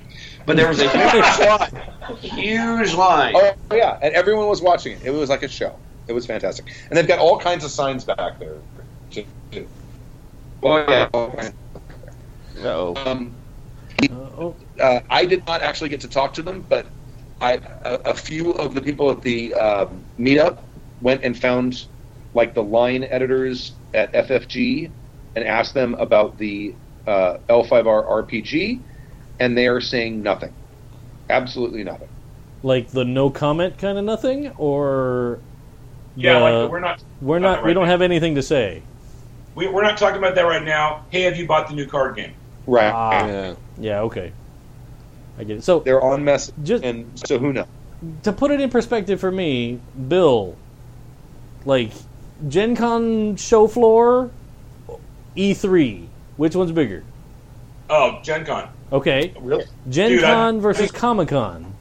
S7: but there was a huge line, huge line.
S6: Oh yeah, and everyone was watching it. It was like a show. It was fantastic, and they've got all kinds of signs back there. too.
S7: Oh, yeah.
S3: Oh.
S6: Um,
S2: Uh, oh,
S6: uh, I did not actually get to talk to them, but I a, a few of the people at the um meetup went and found like the line editors at FFG and asked them about the uh, L5R RPG, and they are saying nothing, absolutely nothing.
S2: like the no comment kind of nothing, or
S4: Yeah,
S2: the-
S4: like we're not
S2: we're not
S4: not
S2: we
S4: right
S2: don't
S4: now.
S2: have anything to say.
S4: we, we're not talking about that right now. Hey, have you bought the new card game?
S6: Right?
S2: Ah,
S3: Yeah.
S2: yeah, okay, I get it. So
S6: They're on message,
S2: Just-
S6: and so who knows?
S2: to put it in perspective for me, Bill, like Gen Con show floor, E3, which one's bigger?
S4: Oh, Gen Con.
S2: Okay,
S6: Really?
S2: Gen
S4: Dude, I-
S2: Con versus Comic Con.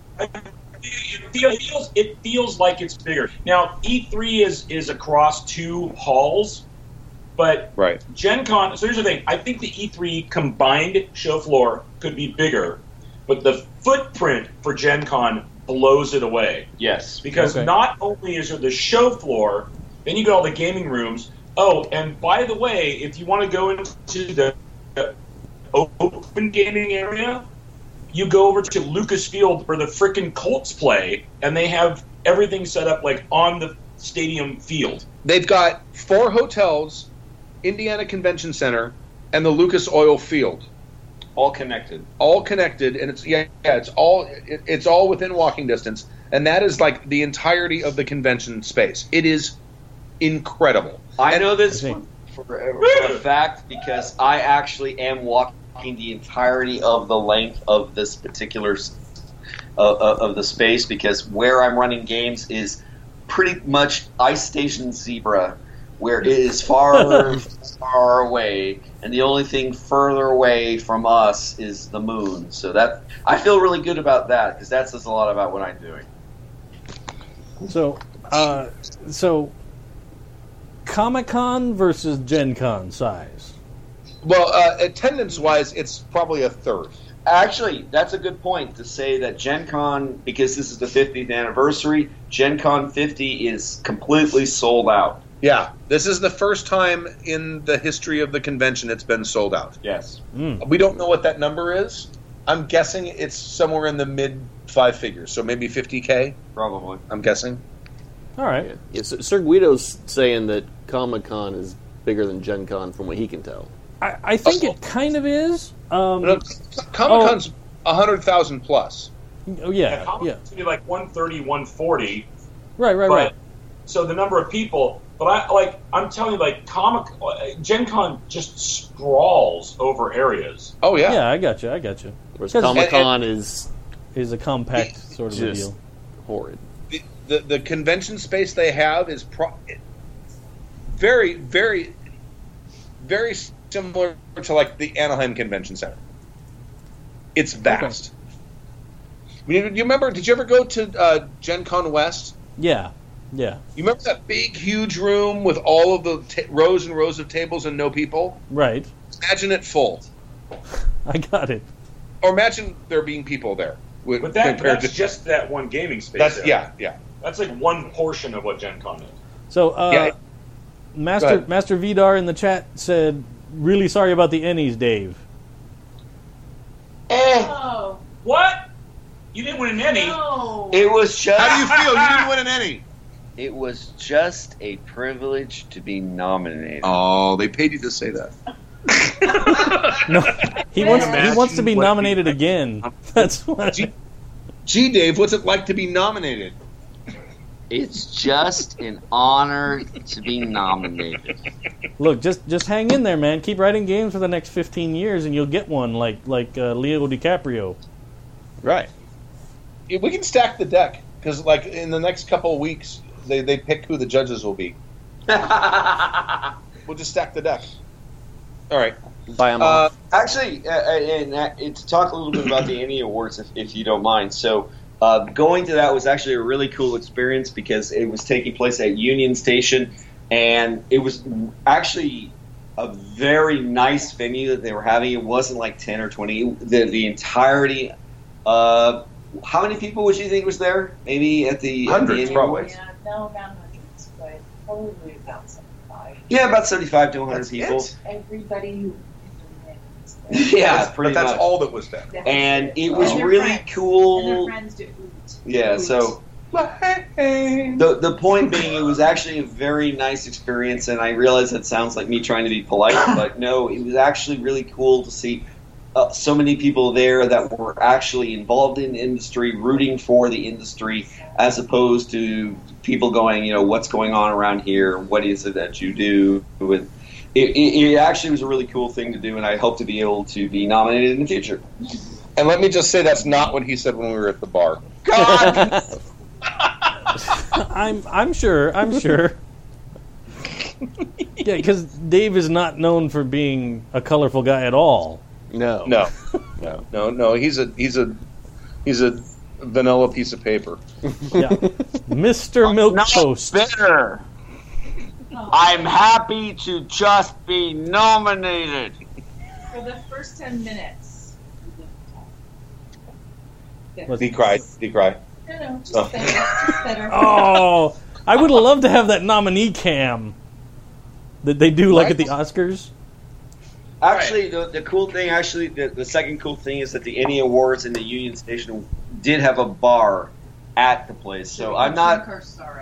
S4: it feels, it feels it feels like it's bigger. Now E3 is is across two halls, but
S6: Right.
S4: Gen Con. So here's the thing. I think the E3 combined show floor could be bigger, but the footprint for Gen Con blows it away
S7: Yes.
S4: because
S2: Okay.
S4: not only is there the show floor, then you got all the gaming rooms. Oh, and by the way, if you want to go into the the open gaming area, you go over to Lucas Field where the frickin' Colts play, and they have everything set up like on the stadium field.
S6: They've got four hotels, Indiana Convention Center, and the Lucas Oil Field,
S7: All connected.
S6: all connected, and it's yeah, yeah it's all it, it's all within walking distance, and that is like the entirety of the convention space. It is incredible.
S7: I
S6: And-
S7: know this
S2: I
S7: for, for a fact because I actually am walking the entirety of the length of this particular s- uh, uh, of the space because where I'm running games is pretty much ice station zebra, where it is far far away, and the only thing further away from us is the moon. So that I feel really good about that because that says a lot about what I'm doing.
S2: So, uh, so Comic Con versus Gen Con size.
S6: Well, uh, attendance wise, it's probably a third.
S7: Actually, that's a good point to say that Gen Con, because this is the 50th anniversary, Gen Con 50 is completely sold out.
S6: Yeah, this is the first time in the history of the convention it's been sold out.
S7: Yes.
S2: Mm.
S6: We don't know what that number is. I'm guessing it's somewhere in the mid five figures, so maybe 50k.
S7: Probably.
S6: I'm guessing.
S2: All right.
S3: Yeah, so Sir Guido's saying that Comic Con is bigger than Gen Con from what he can tell.
S2: I, I think it kind of is. Um,
S6: Comic Con's uh, a hundred thousand plus.
S2: oh, yeah,
S4: Comic
S2: yeah.
S4: Con's gonna be like 130, 140,
S2: Right, right,
S4: but
S2: right.
S4: so the number of people. But I like I'm telling you, like comic uh, Gen Con just sprawls over areas.
S6: Oh yeah.
S2: Yeah. I got you. I got you.
S3: Whereas
S2: 'Cause-
S3: Comic Con is
S2: Is a compact sort of a
S3: Just-
S2: deal.
S3: horrid.
S6: The, the the convention space they have is pro- very very very similar to like the Anaheim Convention Center. It's vast. I mean, you remember? Did you ever go to uh, Gen Con West?
S2: Yeah, yeah.
S6: You remember that big, huge room with all of the ta rows and rows of tables and no people?
S2: Right.
S6: Imagine it full,
S2: I got it.
S6: or imagine there being people there. With,
S4: But that,
S6: compared
S4: that's
S6: to-
S4: just that one gaming space.
S6: that's
S4: there.
S6: yeah, yeah.
S4: That's like one portion of what Gen Con is.
S2: So, uh,
S6: Yeah. Go
S2: Master
S6: ahead.
S2: Master Vidar in the chat said, "Really sorry about the Ennies, Dave."
S7: Eh,
S8: Oh,
S4: What? You didn't win an Emmy.
S8: no.
S7: It was just
S6: How do you feel? You didn't win an any.
S7: it was just a privilege to be nominated.
S6: Oh, they paid you to say that.
S2: No, he wants he
S6: Imagine
S2: wants to be
S6: what he-
S2: nominated again.
S6: Um,
S2: That's what.
S6: Gee, gee, Dave, what's it like to be nominated?
S7: It's just an honor to be nominated.
S2: Look, just just hang in there, man. Keep writing games for the next fifteen years, and you'll get one like like uh, Leo DiCaprio.
S6: Right. we can stack the deck because, like, in the next couple of weeks, they, they pick who the judges will be. We'll just stack the deck. All right.
S3: Buy 'em
S6: Uh,
S3: off.
S7: Actually, uh, uh, and uh, to talk a little bit about the Annie Awards, if, if you don't mind. So, uh, going to that was actually a really cool experience because it was taking place at Union Station, and it was actually a very nice venue that they were having. It wasn't like ten or twenty. The the entirety. Uh, how many people would you think was there? Maybe at the at the
S6: Hundreds,
S7: Annie
S6: probably.
S7: Awards?
S8: Yeah, no, not hundreds, but probably about seventy-five.
S7: Yeah, about seventy-five to one hundred
S6: That's
S7: people.
S6: it?
S8: Everybody who. was there.
S7: Yeah,
S6: but
S7: pretty
S6: that's
S7: much.
S6: all that was there.
S8: That's
S7: And it was
S8: And their
S7: really
S8: friends. And their
S7: cool.
S8: friends do hoot.
S7: Yeah,
S8: Hoot.
S7: so the the point being, it was actually a very nice experience, and I realize that sounds like me trying to be polite, but no, it was actually really cool to see uh, so many people there that were actually involved in the industry, rooting for the industry, as opposed to people going, you know, what's going on around here? What is it that you do? And it, it, it actually was a really cool thing to do, and I hope to be able to be nominated in the future.
S6: And let me just say that's not what he said when we were at the bar.
S7: God,
S2: I'm I'm sure I'm sure. yeah, because Dave is not known for being a colorful guy at all.
S3: No.
S6: No, no, no, no. He's a he's a he's a vanilla piece of paper.
S2: Yeah. Mr. Milk
S9: Not
S2: Toast.
S9: bitter.
S8: Oh.
S9: I'm happy to just be nominated.
S8: For the first 10 minutes. Yeah.
S2: Let's-
S6: Decry, decry.
S8: No, no, just
S6: Oh.
S8: better. Just better.
S2: Oh, I would love to have that nominee cam that they do like at the Oscars.
S7: Actually, the, the cool thing, actually, the, the second cool thing is that the Emmy Awards and the Union Station did have a bar at the place. So I'm not.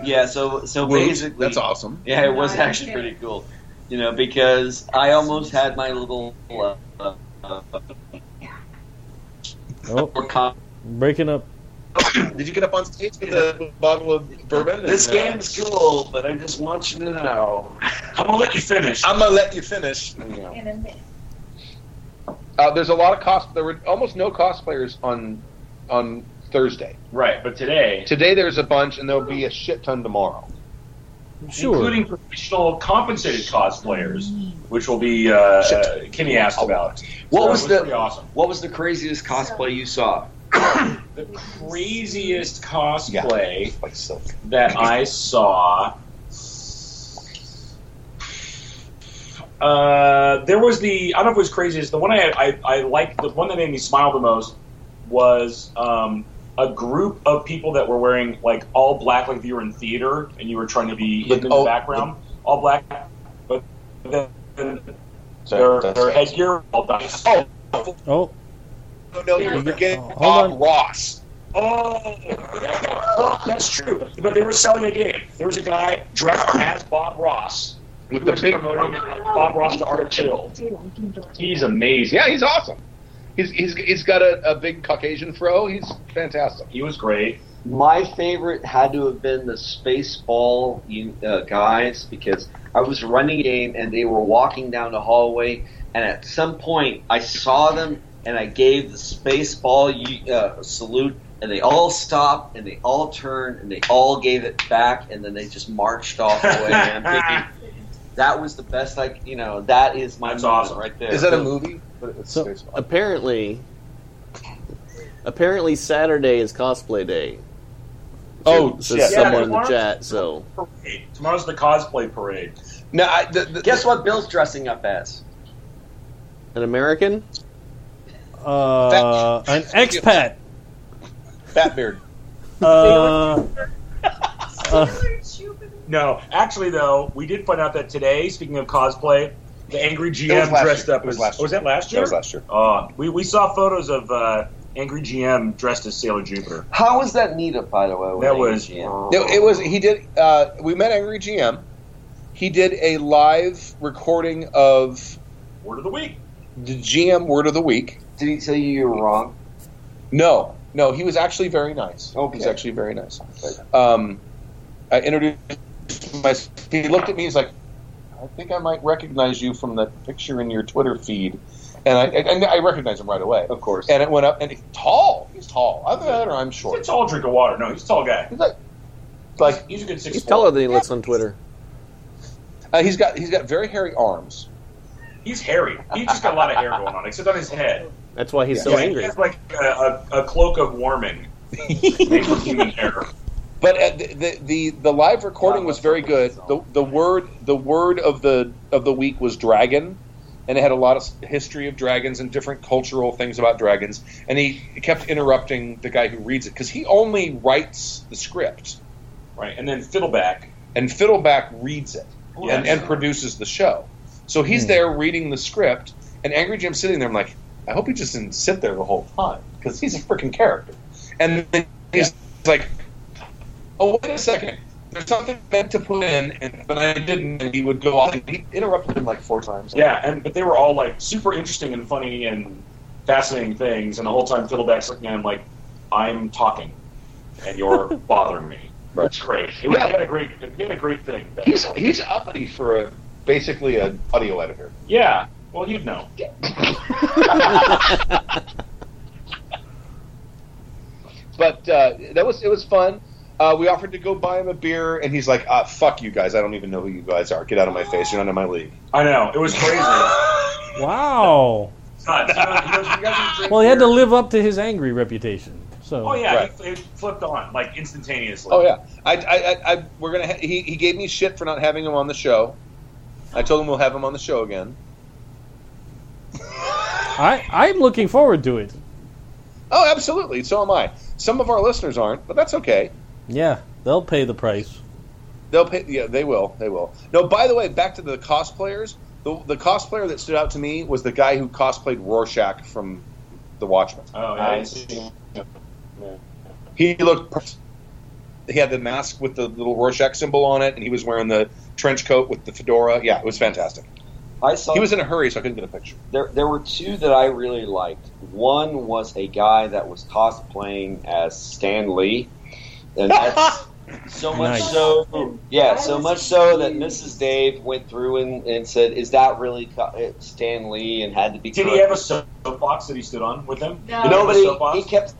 S7: Yeah. So so basically,
S5: that's awesome.
S7: Yeah, it was actually pretty cool. You know, because I almost had my little. Uh, uh, uh,
S2: Oh, breaking up.
S6: Did you get up on stage with a bottle of bourbon?
S7: This
S6: And, uh,
S7: game's cool, but I just want you to know.
S4: I'm gonna let you finish.
S6: I'm gonna let you finish.
S8: In a minute.
S6: Uh, there's a lot of cost. There were almost no cosplayers on on Thursday.
S4: Right, but today,
S6: Today there's a bunch, and there'll be a shit ton tomorrow.
S2: Sure.
S4: including professional compensated cosplayers, which will be uh,
S6: Shit.
S4: Kimmy asked about.
S7: What
S4: So
S7: was
S4: it
S7: the-
S4: pretty awesome?
S7: What was the craziest cosplay you saw?
S4: The craziest cosplay
S6: Like silk.
S4: that I saw. Uh, there was the I don't know if it was crazy. It's the one I I, I liked. The one that made me smile the most was um, a group of people that were wearing like all black, like if you were in theater and you were trying to be
S6: But
S4: hidden in
S6: all-
S4: the background, all black, but then
S6: So
S4: their,
S6: that's-
S4: their headgear all nice.
S6: Oh.
S2: Oh,
S6: Oh, no, you're forgetting
S2: Oh, hold
S6: Bob
S2: on.
S6: Ross.
S4: Oh, that's true. But they were selling a game. There was a guy dressed as Bob Ross.
S6: With the big,
S4: Bob Ross to Art of Chill. He's amazing.
S6: yeah, he's awesome. He's, he's, he's got a, a big Caucasian fro. He's fantastic.
S4: He was great.
S7: My favorite had to have been the Spaceball you- uh, guys because I was running a game and they were walking down the hallway, and at some point I saw them and I gave the Spaceball you- uh, salute, and they all stopped and they all turned and they all gave it back, and then they just marched off away. and I'm thinking, that was the best. Like you know, that is my
S4: That's
S7: moment
S4: awesome.
S7: right there.
S6: Is that a movie? But it's
S2: So-
S6: Spaceball.
S3: Apparently, apparently Saturday is cosplay day.
S6: Oh,
S3: says
S6: shit.
S3: someone in the
S4: tomorrow-
S3: chat. So
S4: Parade. Tomorrow's the cosplay parade.
S6: No, I, the, the,
S7: Guess what? Bill's dressing up as.
S3: an American.
S2: uh, an expat.
S6: Fat beard.
S2: Uh, uh,
S8: Sailor Jupiter.
S4: No, actually, though, we did find out that today, speaking of cosplay, the angry
S6: It was
S4: GM
S6: last
S4: dressed
S6: year.
S4: up
S6: It was
S4: as.
S6: last
S4: oh, was that last year?
S6: That was last year.
S4: Uh, we, we saw photos of uh, angry GM dressed as Sailor Jupiter.
S7: How was that meetup, by the way?
S6: Oh,
S7: with
S4: That was.
S7: AGM?
S6: No, it was. He did. Uh, we met Angry GM. He did a live recording of
S4: Word of the week.
S6: the GM Word of the Week.
S7: Did he tell you you were wrong?
S6: No, no, he was actually very nice.
S7: Okay.
S6: He was actually very nice. Um, I introduced my. He looked at me. He's like, "I think I might recognize you from that picture in your Twitter feed," and I and I recognized him right away.
S7: Of course.
S6: And it went up, and he's tall. He's tall. I'm better. I'm
S4: He's a
S6: short.
S4: tall drink of water. No, he's a tall guy.
S6: He's like, like
S4: He's a good six.
S3: He's taller than he looks on Twitter.
S6: uh, he's got he's got very hairy arms.
S4: He's hairy. He's just got a lot of hair going on, except on his head.
S3: That's why he's so
S4: Yeah,
S3: angry.
S4: He has like a, a, a cloak of warming. made with human hair.
S6: But uh, the, the the the live recording was very good. The the word the word of the of the week was dragon, and it had a lot of s- history of dragons and different cultural things about dragons. And he kept interrupting the guy who reads it because he only writes the script,
S4: Right, and then Fiddleback.
S6: and Fiddleback reads it and, and
S4: Yes.
S6: produces the show. So he's there reading the script, and Angry Jim's sitting there. I'm like, I hope he just didn't sit there the whole time because he's a freaking character. And then he's like, Oh wait a second, there's something meant to put in, and but I didn't. And he would go off. And he interrupted him like four times.
S4: Yeah, and but they were all like super interesting and funny and fascinating things, and the whole time Fiddleback's looking at him like, "I'm talking, and you're bothering me." That's great. It was,
S6: Yeah.
S4: he had a great, he had a great thing.
S6: he's he's uppity for a basically an audio editor.
S4: yeah. Well, you'd know.
S6: But uh, that was it was fun. Uh, we offered to go buy him a beer, and he's like, ah, "Fuck you guys! I don't even know who you guys are. Get out of my face! You're not in my league."
S4: I know. It was crazy.
S2: wow.
S4: Nuts. You know, you guys- you guys didn't drink
S2: Well, he had to
S4: beer.
S2: live up to his angry reputation. So
S4: Oh yeah,
S6: Right.
S4: it, it flipped on like instantaneously.
S6: Oh yeah, I, I, I, I we're gonna. Ha- he, he gave me shit for not having him on the show. I told him we'll have him on the show again.
S2: I I'm looking forward to it.
S6: Oh, absolutely. So am I. Some of our listeners aren't, but that's okay.
S2: Yeah, they'll pay the price.
S6: They'll pay. Yeah, they will. They will. No, by the way, back to the cosplayers. The, the cosplayer that stood out to me was the guy who cosplayed Rorschach from The Watchmen.
S4: Oh yeah.
S7: I see.
S6: He looked. per- He had the mask with the little Rorschach symbol on it, and he was wearing the trench coat with the fedora. Yeah, it was fantastic.
S7: I saw
S6: He was in a hurry, so I couldn't get a picture.
S7: there, there were two that I really liked. One was a guy that was cosplaying as Stan Lee, and that's so much
S2: Nice.
S7: so, yeah, so much so that Mrs. Dave went through and, and said, "Is that really co- uh, Stan Lee?" and had to be.
S4: Did he have a soapbox that he stood on with him? Did
S8: No.
S4: he have a
S7: Nobody.
S4: soapbox?
S7: He kept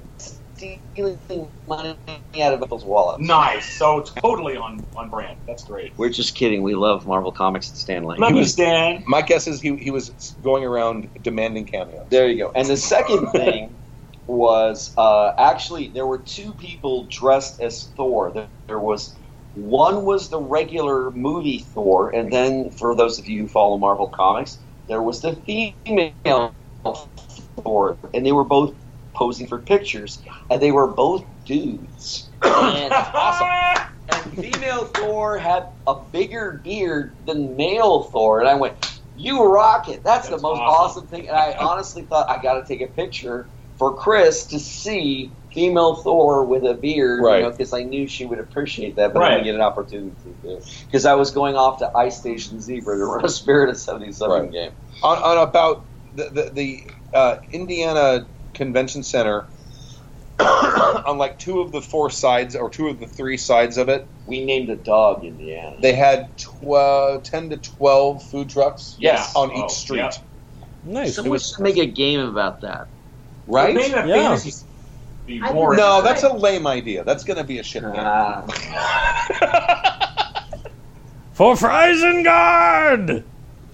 S7: stealing money out of people's wallets.
S4: Nice. So totally on on brand. That's great.
S7: We're just kidding. We love Marvel Comics and Stan Lee.
S4: Love you, Stan.
S6: My guess is he, he was going around demanding cameos.
S7: There you go. And the second thing was uh, actually there were two people dressed as Thor. There, there was one was the regular movie Thor, and then for those of you who follow Marvel comics, there was the female Thor, and they were both posing for pictures, and they were both dudes. And awesome. And female Thor had a bigger beard than male Thor, and I went, "You rock it! That's, the
S4: That's
S7: most
S4: awesome.
S7: awesome. thing." And I honestly thought I got to take a picture for Chris to see female Thor with a beard,
S6: Right.
S7: Because I knew she would appreciate that, but I
S4: Right.
S7: didn't get an opportunity to. Because I was going off to Ice Station Zebra to run a Spirit of Seventy Seven
S6: Right.
S7: game.
S6: on, on about the the, the uh, Indiana Convention Center on like two of the four sides or two of the three sides of it.
S7: We named a dog Indiana.
S6: They had tw- 10 to 12 food trucks
S7: Yes.
S6: on each
S4: Oh,
S6: street,
S4: yeah.
S2: Nice.
S6: Someone was- should
S7: make a game about that.
S6: right?
S4: Maybe that
S2: Yeah.
S4: fantasy be
S8: I
S4: boring.
S6: No, that's a lame idea. That's going to be a
S7: Uh,
S6: shit game.
S2: For Freisengard!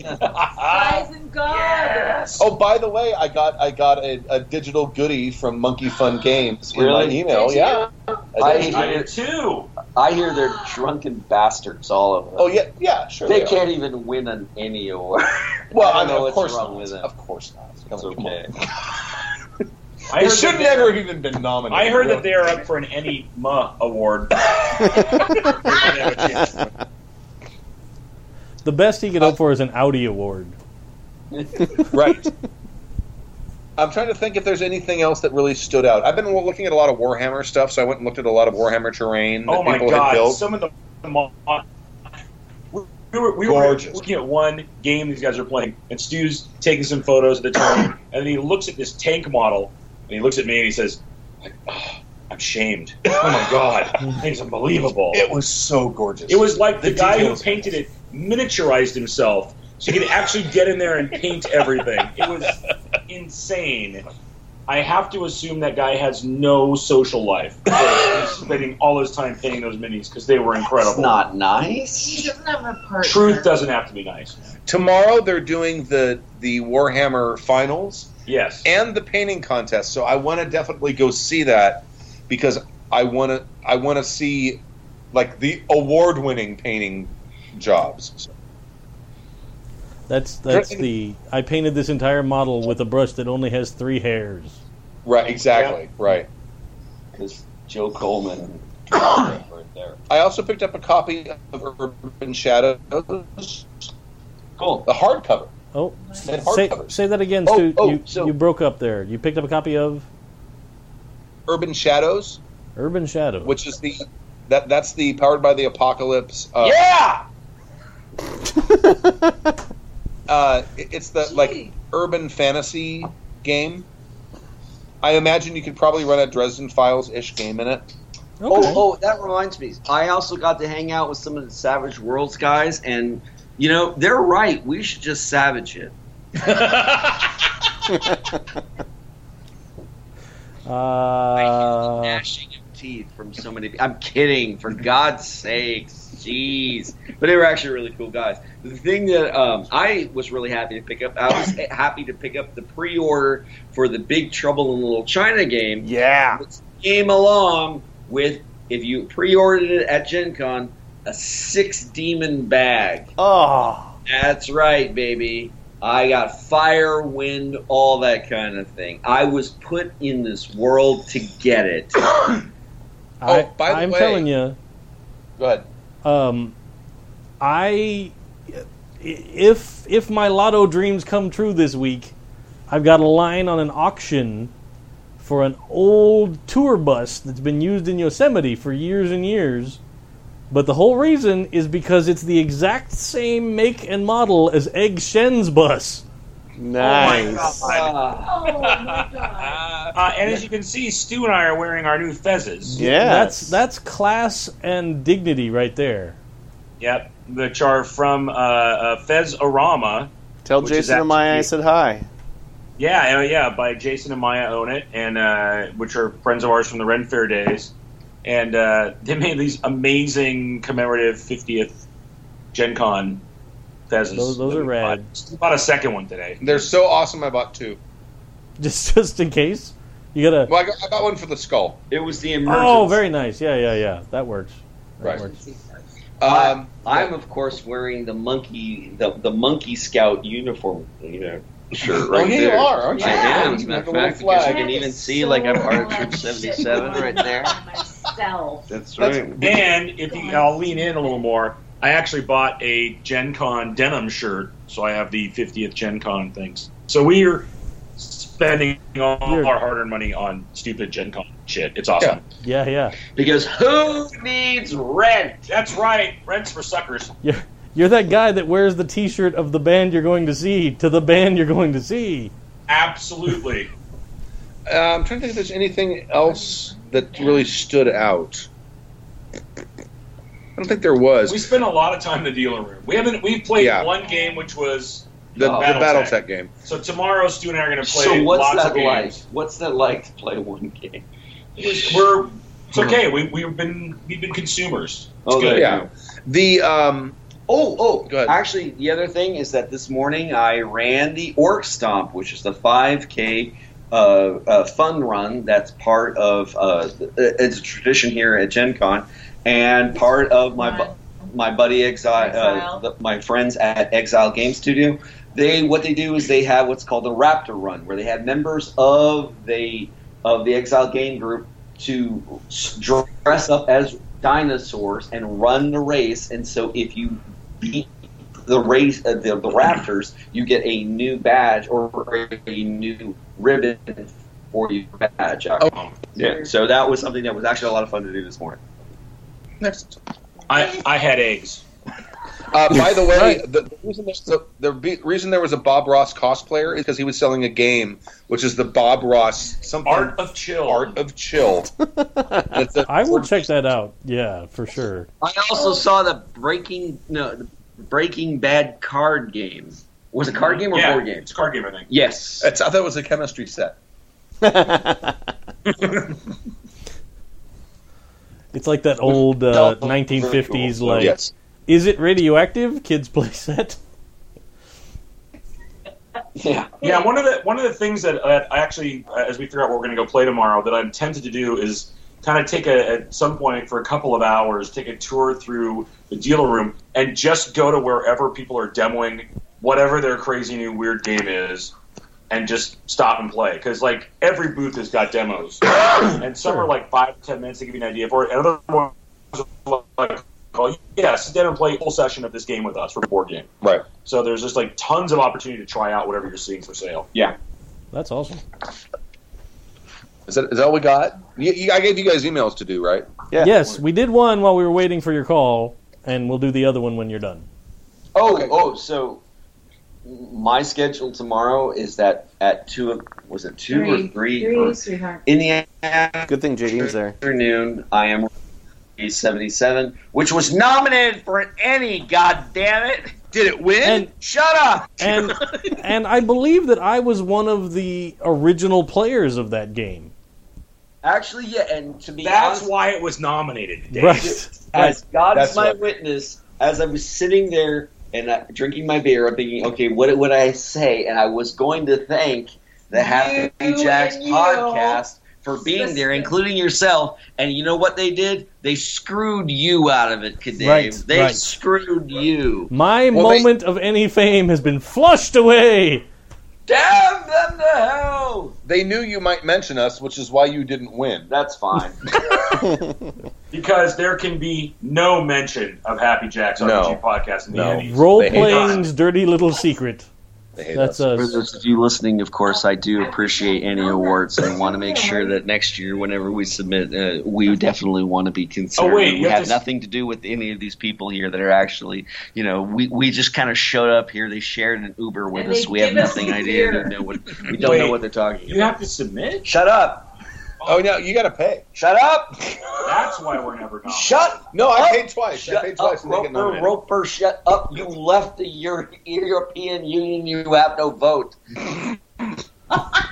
S8: Guys and God.
S4: Ah,
S6: Oh, by the way, I got I got a, a digital goodie from Monkey Fun Games in my
S7: Really?
S6: email.
S8: Did
S6: Yeah. I
S7: I
S6: did.
S4: I
S7: hear,
S4: did too.
S7: I hear they're drunken bastards, all of them.
S6: Oh yeah, yeah, sure.
S7: They
S6: they are.
S7: can't even win an any award.
S6: Well,
S7: I don't
S6: I mean,
S7: know
S6: of
S7: what's
S6: course
S7: wrong
S6: not.
S7: with it.
S6: Of course not. Come
S7: It's
S6: on.
S7: okay.
S4: I
S6: It
S4: heard
S6: should
S4: that they-
S6: never have even been nominated.
S4: I heard
S6: really.
S4: that they're up for an Any Ma award.
S2: The best he could hope for is an Audi award.
S6: Right. I'm trying to think if there's anything else that really stood out. I've been looking at a lot of Warhammer stuff, so I went and looked at a lot of Warhammer terrain that
S4: oh my
S6: people had
S4: god!
S6: built.
S4: Some of the mo- we were, we were
S6: Gorgeous.
S4: looking at one game these guys are playing, and Stu's taking some photos of the turn, and then he looks at this tank model, and he looks at me and he says, like, "Ah, "I'm shamed. Oh my god, it's unbelievable."
S6: it was so gorgeous.
S4: It was like the,
S6: The
S4: guy who
S6: details.
S4: painted it miniaturized himself so he could actually get in there and paint everything. It was insane. I have to assume that guy has no social life. He's spending all his time painting those minis because they were
S7: It's
S4: incredible.
S7: not
S8: He
S7: nice.
S8: doesn't have a partner.
S4: Truth doesn't have to be nice.
S6: Tomorrow they're doing the the Warhammer finals
S4: Yes.
S6: and the painting contest, so I want to definitely go see that because I want to I want to see like the award winning painting jobs. So-
S2: That's that's the I painted this entire model with a brush that only has three hairs.
S6: Right, exactly, right.
S7: Because Joe Coleman right there.
S6: I also picked up a copy of Urban Shadows,
S7: Cool.
S6: the hardcover.
S2: Oh,
S6: And
S2: say,
S6: hardcovers.
S2: say that again,
S6: Oh,
S2: Stu.
S6: oh,
S2: you,
S6: so-
S2: you broke up there. You picked up a copy of
S6: Urban Shadows,
S2: Urban Shadow.
S6: which is the that that's the powered by the apocalypse. Uh,
S4: yeah!
S6: uh, it- it's the
S8: Gee.
S6: like urban fantasy game. I imagine you could probably run a Dresden Files ish game in it.
S2: Okay.
S7: Oh, oh, that reminds me. I also got to hang out with some of the Savage Worlds guys, and you know they're right. We should just savage it.
S6: oh.
S2: Uh,
S7: gnashing of teeth from so many. I'm kidding, for God's sakes, jeez. But they were actually really cool guys. The thing that um, I was really happy to pick up, I was happy to pick up the pre-order for the Big Trouble in Little China game.
S6: Yeah.
S7: It's came along with, if you pre-ordered it at Gen Con, a six demon bag.
S2: Oh.
S7: That's right, baby. I got fire, wind, all that kind of thing. I was put in this world to get it.
S6: Oh,
S2: I,
S7: by the
S2: I'm
S7: way-
S2: telling you,
S7: Go ahead.
S2: um, I if if my lotto dreams come true this week, I've got a line on an auction for an old tour bus that's been used in Yosemite for years and years. But the whole reason is because it's the exact same make and model as Egg Shen's bus.
S4: Oh my God. Uh, and as you can see, Stu and I are wearing our new fezzes.
S2: That's that's class and dignity right there.
S4: Yep, which are from uh, uh, Fez Arama.
S10: Tell Jason and Maya I said hi.
S4: Yeah, oh yeah, by Jason and Maya Own It, and uh, which are friends of ours from the Ren Fair days. And uh, they made these amazing commemorative 50th Gen Con fezzes.
S2: Those- those are rad.
S4: I bought a second one today.
S6: They're so awesome. I bought two.
S2: Just just in case you gotta.
S6: Well, I got, I got one for the skull.
S7: It was the
S2: Oh, very nice. Yeah, yeah, yeah. That works. That
S6: Right.
S2: works.
S7: Um, I'm of course wearing the monkey the, the monkey scout uniform, you know, shirt
S6: Oh,
S7: right
S6: yeah, you
S7: there.
S6: are, aren't you?
S7: I am, as a
S6: You
S7: matter
S6: have a
S7: of
S6: little
S7: fact, because you
S6: flag.
S7: can even see like I'm part of troop 77 right there.
S8: Myself.
S7: That's
S4: And if you, I'll lean in a little more, I actually bought a Gen Con denim shirt, so I have the 50th Gen Con things. So we are spending all our hard-earned money on stupid Gen Con shit. It's awesome.
S2: Yeah, yeah.
S7: Because who needs rent?
S4: That's right, rent's for suckers.
S2: You're, you're that guy that wears the T-shirt of the band you're going to see to the band you're going to see.
S4: Absolutely.
S6: Uh, I'm trying to think if there's anything else that really stood out. I don't think there was.
S4: We spent a lot of time in the dealer room. We haven't we played
S6: Yeah.
S4: one game, which was
S6: the, the
S4: Battletech.
S6: BattleTech game.
S4: So tomorrow, Stu and I are going to play.
S7: So what's
S4: lots
S7: that
S4: of games.
S7: like? What's that like to play one game?
S4: We're it's okay. We we've been we've been consumers. It's
S7: Oh, there
S4: good.
S7: you Yeah. go.
S6: The um
S7: oh oh
S6: Go ahead.
S7: actually the other thing is that this morning I ran the Orc Stomp, which is the 5K uh, uh, fun run that's part of uh, th- it's a tradition here at Gen Con and part of my bu- my buddy exile,
S8: Exile.
S7: Uh, the, my friends at Exile Game Studio. They what they do is they have what's called the Raptor Run, where they have members of the of the Exile Game Group to s- dress up as dinosaurs and run the race. And so if you beat the race, uh, the, the Raptors, you get a new badge or a new ribbon for your badge.
S6: Oh.
S7: Yeah. So that was something that was actually a lot of fun to do this morning.
S6: Next.
S4: I I had eggs.
S6: Uh, by the way, the, the reason there's the, the be- reason there was a Bob Ross cosplayer is because he was selling a game, which is the Bob Ross something
S4: Art of chill.
S6: Art of chill. That's a-
S2: I will check that out. Yeah, for sure.
S7: I also saw the Breaking no the Breaking Bad card game. Was it card game or
S4: Mm-hmm. Yeah, Uh,
S7: board game?
S4: It's a card game, I think.
S7: Yes.
S6: that's- I thought it was a chemistry set.
S2: It's like that old uh, 1950s, like,
S6: yes.
S2: is it radioactive? Kids play set.
S7: Yeah.
S4: Yeah, one of the one of the things that, that I actually, uh, as we figure out what we're going to go play tomorrow, that I'm tempted to do is kind of take a at some point for a couple of hours, take a tour through the dealer room, and just go to wherever people are demoing whatever their crazy new weird game is, and just stop and play because like every booth has got demos, and some are like five ten minutes to give you an idea for it, and other ones are like, oh yeah, sit down and play a whole session of this game with us for a board game.
S6: Right.
S4: So there's just like tons of opportunity to try out whatever you're seeing for sale.
S7: Yeah.
S2: That's awesome.
S6: Is that, is that all we got? You, you, I gave you guys emails to do, right?
S10: Yeah.
S2: Yes, we did one while we were waiting for your call, and we'll do the other one when you're done.
S7: Oh,
S6: Okay.
S7: oh, so my schedule tomorrow is that at two of was it two or three, or-
S8: sweetheart.
S7: in the afternoon
S10: Good thing JD's there.
S7: I am seventy seven, which was nominated for an Emmy. God damn it!
S6: Did it win?
S2: And
S7: Shut up.
S2: and and I believe that I was one of the original players of that game.
S7: Actually, yeah, and to be
S4: That's
S7: honest,
S4: why it was nominated. Dave.
S2: Right.
S7: as God's
S6: That's
S7: my
S6: right.
S7: witness, as I was sitting there and uh, drinking my beer, I'm thinking, okay, what would I say? And I was going to thank the Happy
S8: You
S7: Jacks
S8: and you.
S7: podcast for being there, including yourself. And you know what they did? They screwed you out of it, Kadave.
S2: Right,
S7: they
S2: right.
S7: screwed you.
S2: My moment of any fame has been flushed away.
S7: Damn them to hell!
S6: They knew you might mention us, which is why you didn't win.
S7: That's fine.
S4: because there can be no mention of Happy Jack's
S6: No.
S4: RPG podcast in the
S6: No.
S4: Andes.
S2: Role playing's dirty little secret. That's
S7: For
S2: us.
S7: those of you listening, of course, I do appreciate any awards and want to make sure that next year, whenever we submit, uh, we definitely want to be considered.
S4: Oh, wait,
S7: we
S4: you have
S7: have
S4: to s-
S7: nothing to do with any of these people here that are actually, you know, we, we just kind of showed up here. They shared an Uber with
S4: And
S7: us.
S4: they
S7: We have
S4: give us
S7: nothing
S4: the
S7: idea.
S4: beer.
S7: We, know what, we don't know
S4: Wait.
S7: what they're talking
S4: You
S7: about.
S4: have to submit?
S7: Shut up!
S6: Oh no, you got to pay.
S7: Shut up!
S4: That's why we're never gone.
S7: Shut
S4: Oh,
S6: No, I
S7: up!
S6: paid twice. I
S7: Oh, Shut
S6: paid twice. and
S7: up,
S6: they get
S7: Roper,
S6: nominated.
S7: Roper, shut up. You left the Euro- European Union. You have no vote.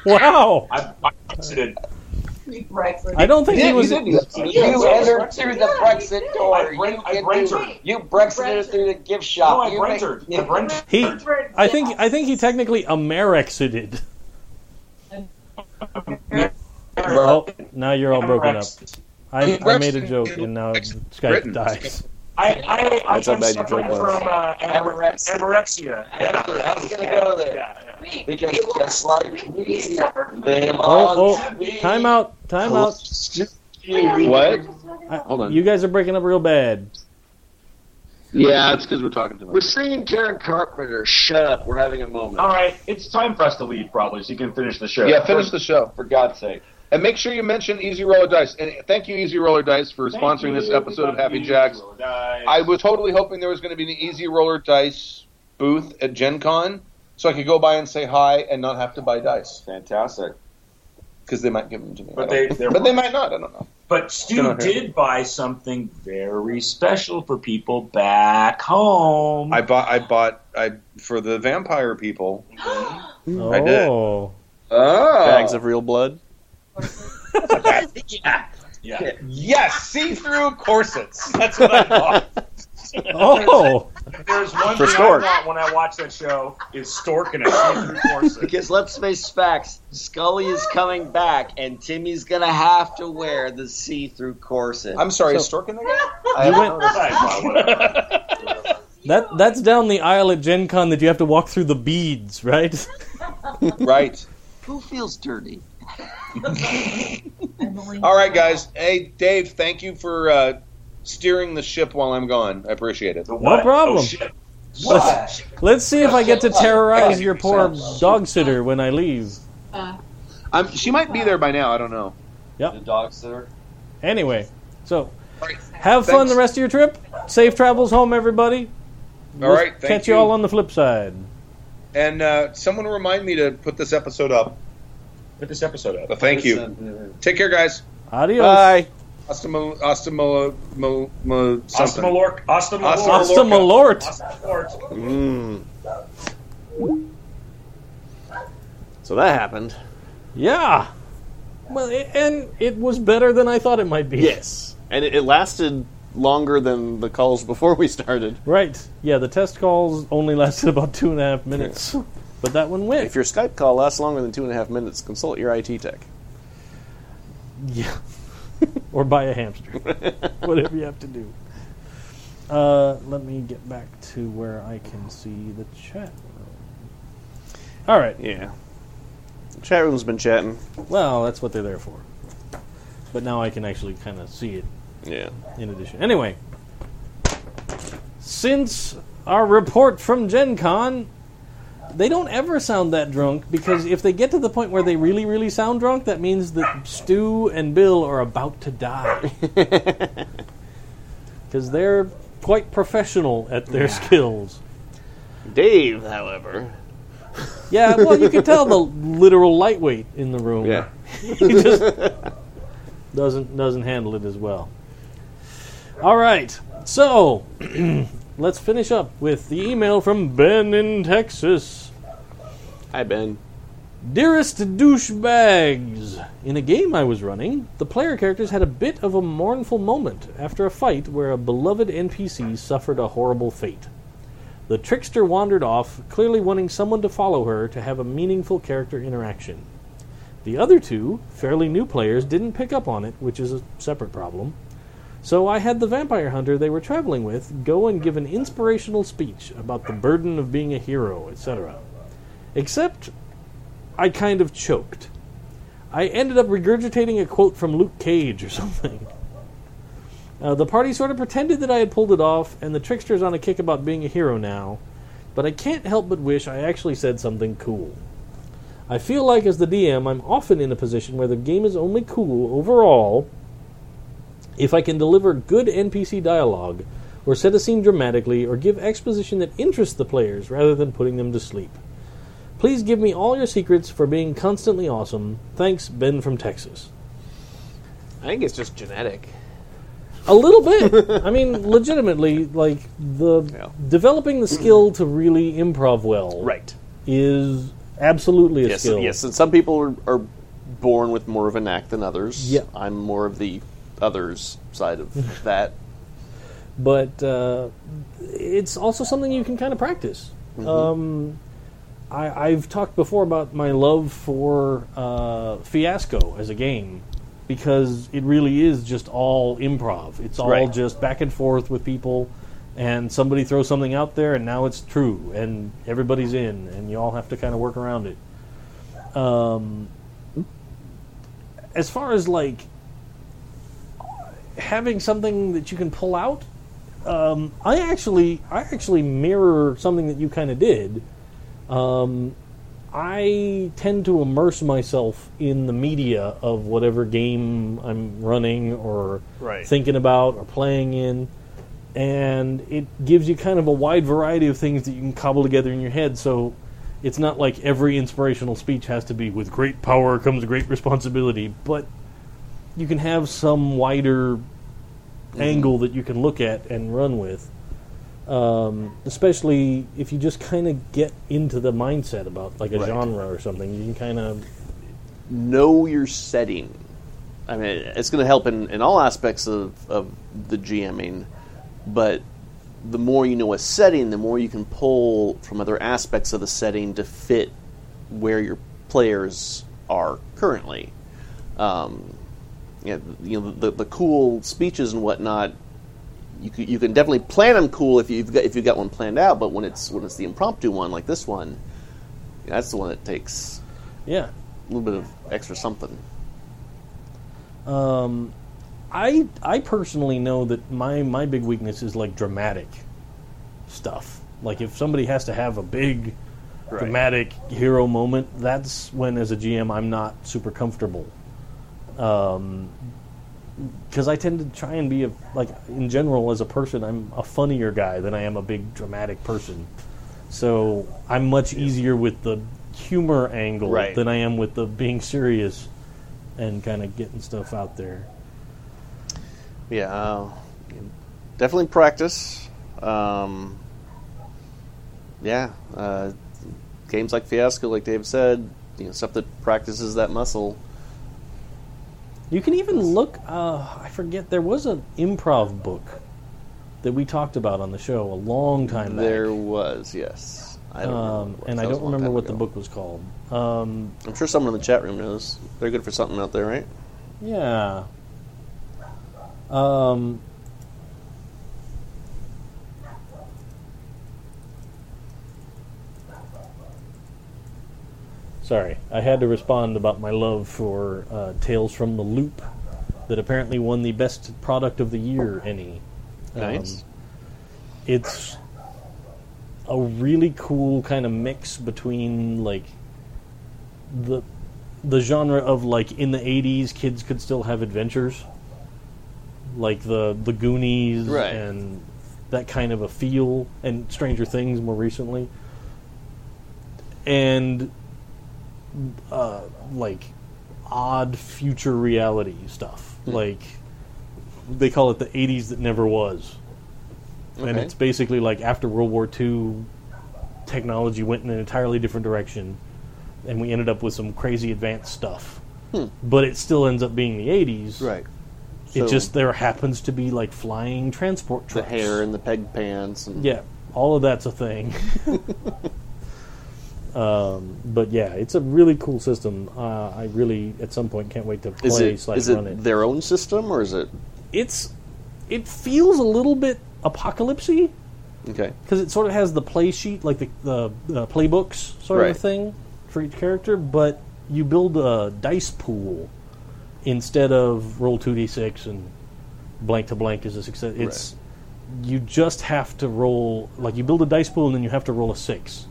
S2: Wow.
S4: I, I exited.
S2: I don't think he was.
S7: You entered through the Brexit door.
S4: I bran-
S7: you,
S4: I
S7: get
S4: brantered.
S7: you Brexited through the gift
S4: No,
S7: shop.
S4: I
S7: you make-
S4: Brentered. I Brentered.
S2: He. I think. I think he technically Amerexited. Oh, now you're all broken up. I, I made a joke and now Skype dies.
S4: I, I, I, I'm
S10: That's how bad your
S4: suffering
S10: joke was.
S4: from uh, amore- anorexia.
S7: I was going to go there. Because just like me, they
S2: Oh,
S7: all-
S2: oh, time out, time out.
S6: What?
S10: Hold on.
S2: You guys are breaking up real bad.
S6: Yeah, that's because we're talking too
S7: We're seeing Karen Carpenter. Shut up. We're having a moment.
S4: All right, it's time for us to leave, probably, so you can finish the show.
S6: Yeah, finish the show.
S7: For God's sake.
S6: And make sure you mention Easy Roller Dice. And thank you, Easy Roller Dice, for
S4: Thank
S6: sponsoring
S4: you,
S6: this episode of Happy
S4: everybody.
S6: Jacks.
S4: Guys.
S6: I was totally hoping there was going to be an Easy Roller Dice booth at Gen Con so I could go by and say hi and not have to buy dice
S7: Fantastic.
S6: because they might give them to me. I
S4: But
S6: don't-
S4: they, they're,
S6: but they might not. I don't know.
S4: But Stu
S6: Don't hear
S4: did buy something very special for people back home.
S6: I bought. I bought. I for the vampire people. I did.
S2: Oh,
S6: Oh,
S10: Bags of real blood.
S4: yeah.
S6: yes, see-through corsets. That's what I bought.
S2: oh,
S4: If There's one
S10: For
S4: thing
S10: Stork.
S4: I want when I watch that show is Stork and a see-through corset.
S7: Because let's face facts, Scully is coming back, and Timmy's gonna have to wear the see-through corset.
S6: I'm sorry,
S2: So-
S6: is Stork in there? yet? I
S2: You
S6: haven't
S2: went-
S6: noticed.
S4: Sidebar, whatever.
S2: that that's down the aisle at Gen Con that you have to walk through the beads, right?
S6: Right.
S7: Who feels dirty?
S6: All right, guys. Hey, Dave. Thank you for uh, steering the ship while I'm gone. I appreciate it.
S4: The what?
S2: problem.
S4: Oh, shit.
S2: Let's, let's see if I get to terrorize your poor dog sitter when I leave.
S6: I'm, Um, she might be there by now. I don't know.
S7: The dog sitter.
S2: Anyway, so have fun
S6: Thanks.
S2: the rest of your trip. Safe travels home, everybody.
S6: All right. Thank
S2: Catch you. all on the flip side.
S6: And uh, someone remind me to put this episode up.
S4: Put this episode up.
S6: But thank you. Take care, guys.
S2: Adios.
S10: Bye.
S6: Hasta mo, hasta mo, mo, mo
S4: Hasta
S6: something.
S4: Malort. Hasta
S6: Hasta
S4: Malort.
S2: Hasta malort.
S4: Hasta Malort.
S10: Mm. So that happened.
S2: Yeah. Well, it, and it was better than I thought it might be.
S10: Yes. And it, it lasted longer than the calls before we started.
S2: Right. Yeah, the test calls only lasted about two and a half minutes, but that one went.
S10: If your Skype call lasts longer than two and a half minutes, consult your IT tech.
S2: Yeah. or buy a hamster. Whatever you have to do. Uh, let me get back to where I can see the chat room. All right.
S10: Yeah. Chat room's been chatting.
S2: Well, that's what they're there for. But now I can actually kind of see it
S10: Yeah.
S2: in addition. Anyway, since our report from Gen Con, they don't ever sound that drunk because if they get to the point where they really, really sound drunk, that means that Stu and Bill are about to die. Because they're quite professional at their skills.
S10: Dave, however.
S2: Yeah, well, you can tell the literal lightweight in the room.
S10: Yeah.
S2: he just doesn't doesn't handle it as well. All right, so let's finish up with the email from Ben in Texas.
S10: Hi, Ben.
S2: Dearest douchebags, in a game I was running, the player characters had a bit of a mournful moment after a fight where a beloved NPC suffered a horrible fate. The trickster wandered off, clearly wanting someone to follow her to have a meaningful character interaction. The other two, fairly new players, didn't pick up on it, which is a separate problem. So I had the vampire hunter they were traveling with go and give an inspirational speech about the burden of being a hero, etc. Except I kind of choked. I ended up regurgitating a quote from Luke Cage or something. Uh, the party sort of pretended that I had pulled it off, and the trickster's on a kick about being a hero now, but I can't help but wish I actually said something cool. I feel like, as the DM, I'm often in a position where the game is only cool overall if I can deliver good NPC dialogue, or set a scene dramatically, or give exposition that interests the players rather than putting them to sleep. Please give me all your secrets for being constantly awesome. Thanks, Ben from Texas.
S3: I think it's just genetic.
S2: A little bit. I mean, legitimately, like the developing the skill to really improv well,
S3: Right.
S2: is absolutely a
S3: yes,
S2: skill.
S3: yes, and some people are, are born with more of a knack than others.
S2: Yeah.
S3: I'm more of the others side of that.
S2: but uh, it's also something you can kind of practice.
S3: Mhm.
S2: Um, I, I've talked before about my love for uh, Fiasco as a game because it really is just all improv. It's all
S3: Right.
S2: just back and forth with people, and somebody throws something out there, and now it's true, and everybody's in, and you all have to kind of work around it. Um, as far as like having something that you can pull out. Um, I actually, I actually mirror something that you kind of did. Um, I tend to immerse myself in the media of whatever game I'm running or
S3: Right.
S2: thinking about or playing in, and it gives you kind of a wide variety of things that you can cobble together in your head. So it's not like every inspirational speech has to be with great power comes great responsibility, but you can have some wider angle that you can look at and run with. Um, especially if you just kind of get into the mindset about like a
S3: Right.
S2: genre or something, you can kind of
S3: know your setting. I mean, it's going to help in, in all aspects of, of the GMing, but the more you know a setting, the more you can pull from other aspects of the setting to fit where your players are currently. Um, you know, you know the, the cool speeches and whatnot. You can, you can definitely plan them cool if you've got if you've got one planned out, but when it's when it's the impromptu one like this one, that's the one that takes
S2: yeah.
S3: a little bit of extra something.
S2: Um, I I personally know that my my big weakness is like dramatic stuff. Like if somebody has to have a big
S3: Right.
S2: dramatic hero moment, that's when as a GM I'm not super comfortable. Um, because I tend to try and be a like in general as a person, I'm a funnier guy than I am a big dramatic person. So I'm much easier with the humor angle
S3: Right.
S2: than I am with the being serious and kind of getting stuff out there.
S3: Yeah, uh, definitely practice. Um, yeah, uh, games like Fiasco, like Dave said, you know, stuff that practices that muscle.
S2: You can even look. Uh, I forget. There was an improv book that we talked about on the show a long time back.
S3: There was, yes. I don't
S2: um,
S3: remember.
S2: and
S3: That
S2: I
S3: was a
S2: don't
S3: long
S2: remember
S3: time
S2: what
S3: ago.
S2: the book was called. Um,
S3: I'm sure someone in the chat room knows. They're good for something out there, right?
S2: yeah. Um, sorry, I had to respond about my love for uh, Tales from the Loop that apparently won the Best Product of the Year Any. Um,
S3: Nice.
S2: it's a really cool kind of mix between like the the genre of like in the 80s kids could still have adventures like the the Goonies
S3: Right.
S2: and that kind of a feel and Stranger Things more recently and uh, like odd future reality stuff
S3: Hmm.
S2: like they call it the 80s that never was and
S3: Okay.
S2: it's basically like after World War II, technology went in an entirely different direction, and we ended up with some crazy advanced stuff.
S3: Hmm.
S2: But it still ends up being the 80s.
S3: Right.
S2: It
S3: So-
S2: just there happens to be like flying transport
S3: The
S2: trucks.
S3: hair and the peg pants. And
S2: Yeah, all of that's a thing. Um, but yeah, it's a really cool system. Uh, I really, at some point, can't wait to play
S3: Is it,
S2: slash
S3: is it
S2: run it.
S3: their own system or is it
S2: It's it feels a little bit apocalypsy
S3: okay?
S2: because it sort of has the play sheet, like the, the uh, playbooks sort
S3: Right.
S2: of thing for each character, but you build a dice pool instead of roll 2d6 and blank to blank is a success. It's you just have to roll like you build a dice pool and then you have to roll a 6.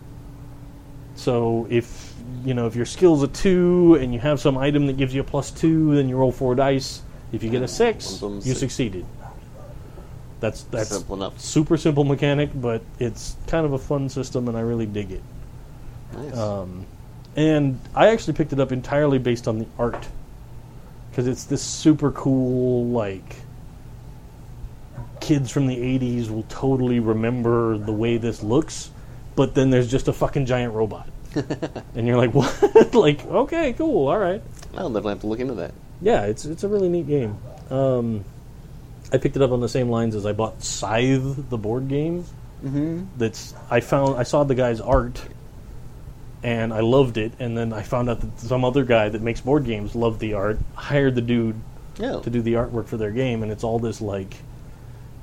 S2: So if you know if your skill's a 2 and you have some item that gives you a plus 2, then you roll 4 dice. If you get a 6,
S3: One
S2: you
S3: of them's six.
S2: succeeded. That's that's
S3: Simple enough.
S2: super simple mechanic, but it's kind of a fun system, and I really dig it.
S3: Nice.
S2: Um, and I actually picked it up entirely based on the art because it's this super cool like kids from the 80s will totally remember the way this looks but then there's just a fucking giant robot and you're like what like okay cool all right
S3: I'll definitely have to look into that.
S2: yeah, it's it's a really neat game. Um, I picked it up on the same lines as I bought Scythe, the board game.
S3: Mm-hmm.
S2: That's I found I saw the guy's art, and I loved it. And then I found out that some other guy that makes board games loved the art, hired the dude
S3: Yeah.
S2: to do the artwork for their game, and it's all this like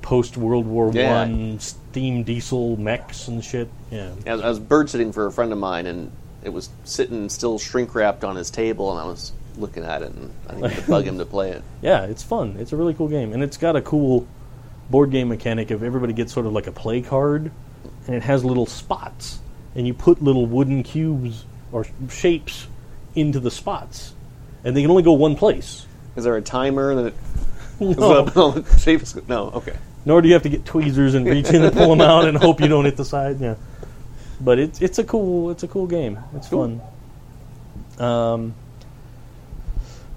S2: post World War
S3: Yeah.
S2: One steam diesel mechs and shit. Yeah,
S3: I was, I was bird sitting for a friend of mine, and it was sitting still shrink wrapped on his table, and I was looking at it, and I needed to bug him to play it.
S2: yeah, it's fun. It's a really cool game, and it's got a cool board game mechanic of everybody gets sort of like a play card, and it has little spots, and you put little wooden cubes or shapes into the spots, and they can only go one place.
S3: Is there a timer that it goes
S2: No.
S3: up on the shapes? No, okay.
S2: Nor do you have to get tweezers and reach in and pull them out and hope you don't hit the side. Yeah, but it's it's a cool it's a cool game. It's fun. Um,